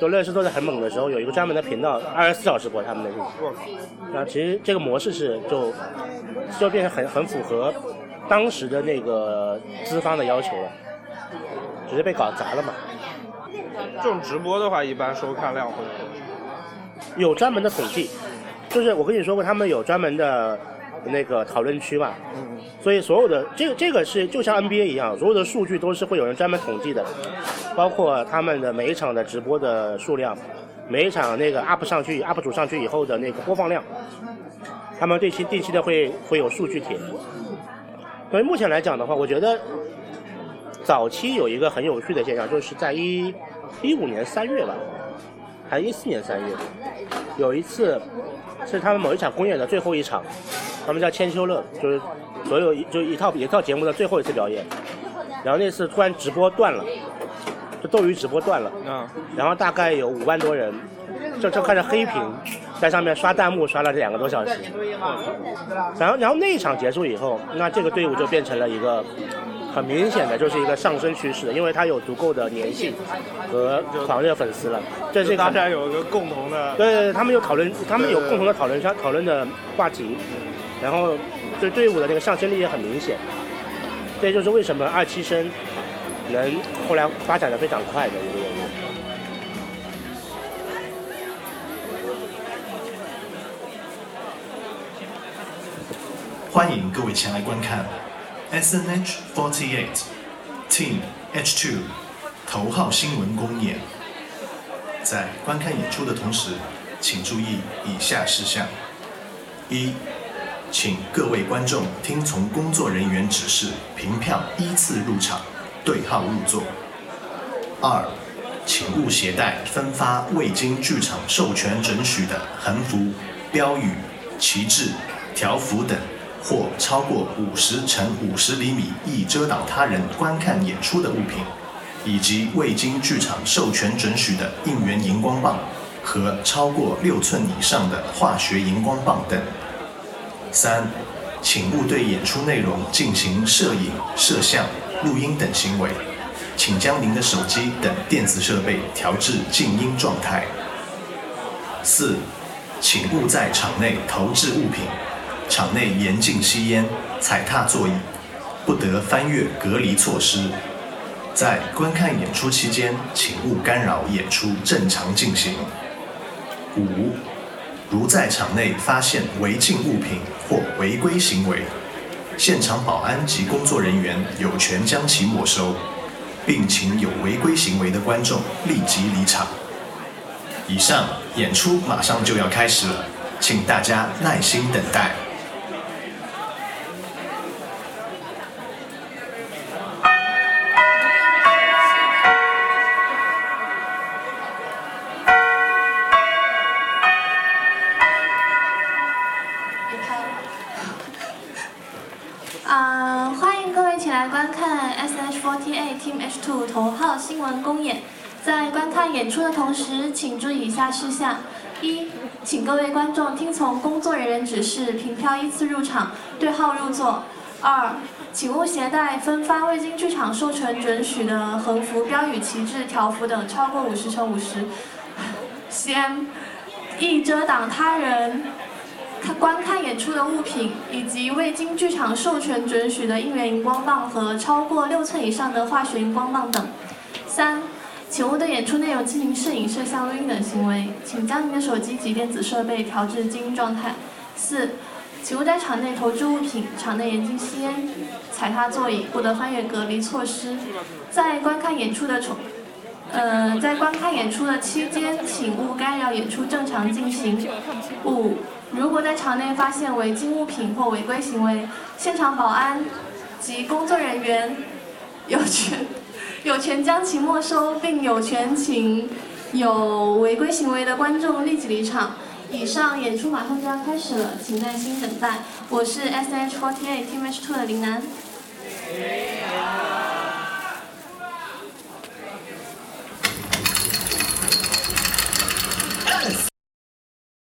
就乐视做的很猛的时候，有一个专门的频道，二十四小时播他们的那种。那啊其实这个模式是就就变得很很符合当时的那个资方的要求了，只是被搞砸了嘛。这种直播的话，一般收看量会有多少？有专门的统计，就是我跟你说过，他们有专门的那个讨论区嘛。所以所有的这个这个是就像 NBA 一样，所有的数据都是会有人专门统计的，包括他们的每一场的直播的数量，每一场那个 UP 上去 UP 主上去以后的那个播放量，他们对期定期的会会有数据帖。所以目前来讲的话，我觉得早期有一个很有趣的现象，就是在一一五年三月吧，还一四年三月，有一次是他们某一场公演的最后一场，他们叫千秋乐，就是所有一就一套一套节目的最后一次表演。然后那次突然直播断了，就斗鱼直播断了，嗯，然后大概有五万多人，就就看着黑屏，在上面刷弹幕刷了两个多小时。然后然后那一场结束以后，那这个队伍就变成了一个。很明显的就是一个上升趋势，因为它有足够的粘性和狂热粉丝了。这是大大家家有一个共同的，对对对，他们有讨论，他们有共同的讨论上讨论的话题，然后对队伍的那个上升力也很明显。这就是为什么二期生能后来发展的非常快的一个原因。欢迎各位前来观看 SNH Forty Eight Team H Two 头号新闻公演。在观看演出的同时，请注意以下事项：一，请各位观众听从工作人员指示，凭票依次入场，对号入座；二，请勿携带分发未经剧场授权准许的横幅、标语、旗帜、条幅等，或超过五十乘五十厘米易遮挡他人观看演出的物品，以及未经剧场授权准许的应援荧光棒和超过六寸以上的化学荧光棒等。三，请勿对演出内容进行摄影、摄像、录音等行为，请将您的手机等电子设备调至静音状态。四，请勿在场内投掷物品，场内严禁吸烟、踩踏座椅，不得翻越隔离措施。在观看演出期间，请勿干扰演出正常进行。五。如在场内发现违禁物品或违规行为，现场保安及工作人员有权将其没收，并请有违规行为的观众立即离场。以上演出马上就要开始了，请大家耐心等待。 [LAUGHS] 啊、欢迎各位前来观看 SH48 Team H2 头号新闻公演。在观看演出的同时，请注意以下事项：一，请各位观众听从工作人员指示，凭票依次入场，对号入座；二，请勿携带分发未经剧场授权准许的横幅、标语、旗帜、条幅等超过五十乘五十 cm，易遮挡他人看观看演出的物品，以及未经剧场授权准许的应援荧光棒和超过六寸以上的化学荧光棒等。三，请勿对演出内容进行摄影、摄像、录音等行为，请将您的手机及电子设备调至静音状态。四，请勿在场内投掷物品，场内严禁吸烟、踩踏座椅，不得翻越隔离措施。在观看演出的重呃，在观看演出的期间，请勿干扰演出正常进行。五，如果在场内发现违禁物品或违规行为，现场保安及工作人员有权有权将其没收，并有权请有违规行为的观众立即离场。以上演出马上就要开始了，请耐心等待。我是 S H 4 8 Team H Two 的林楠。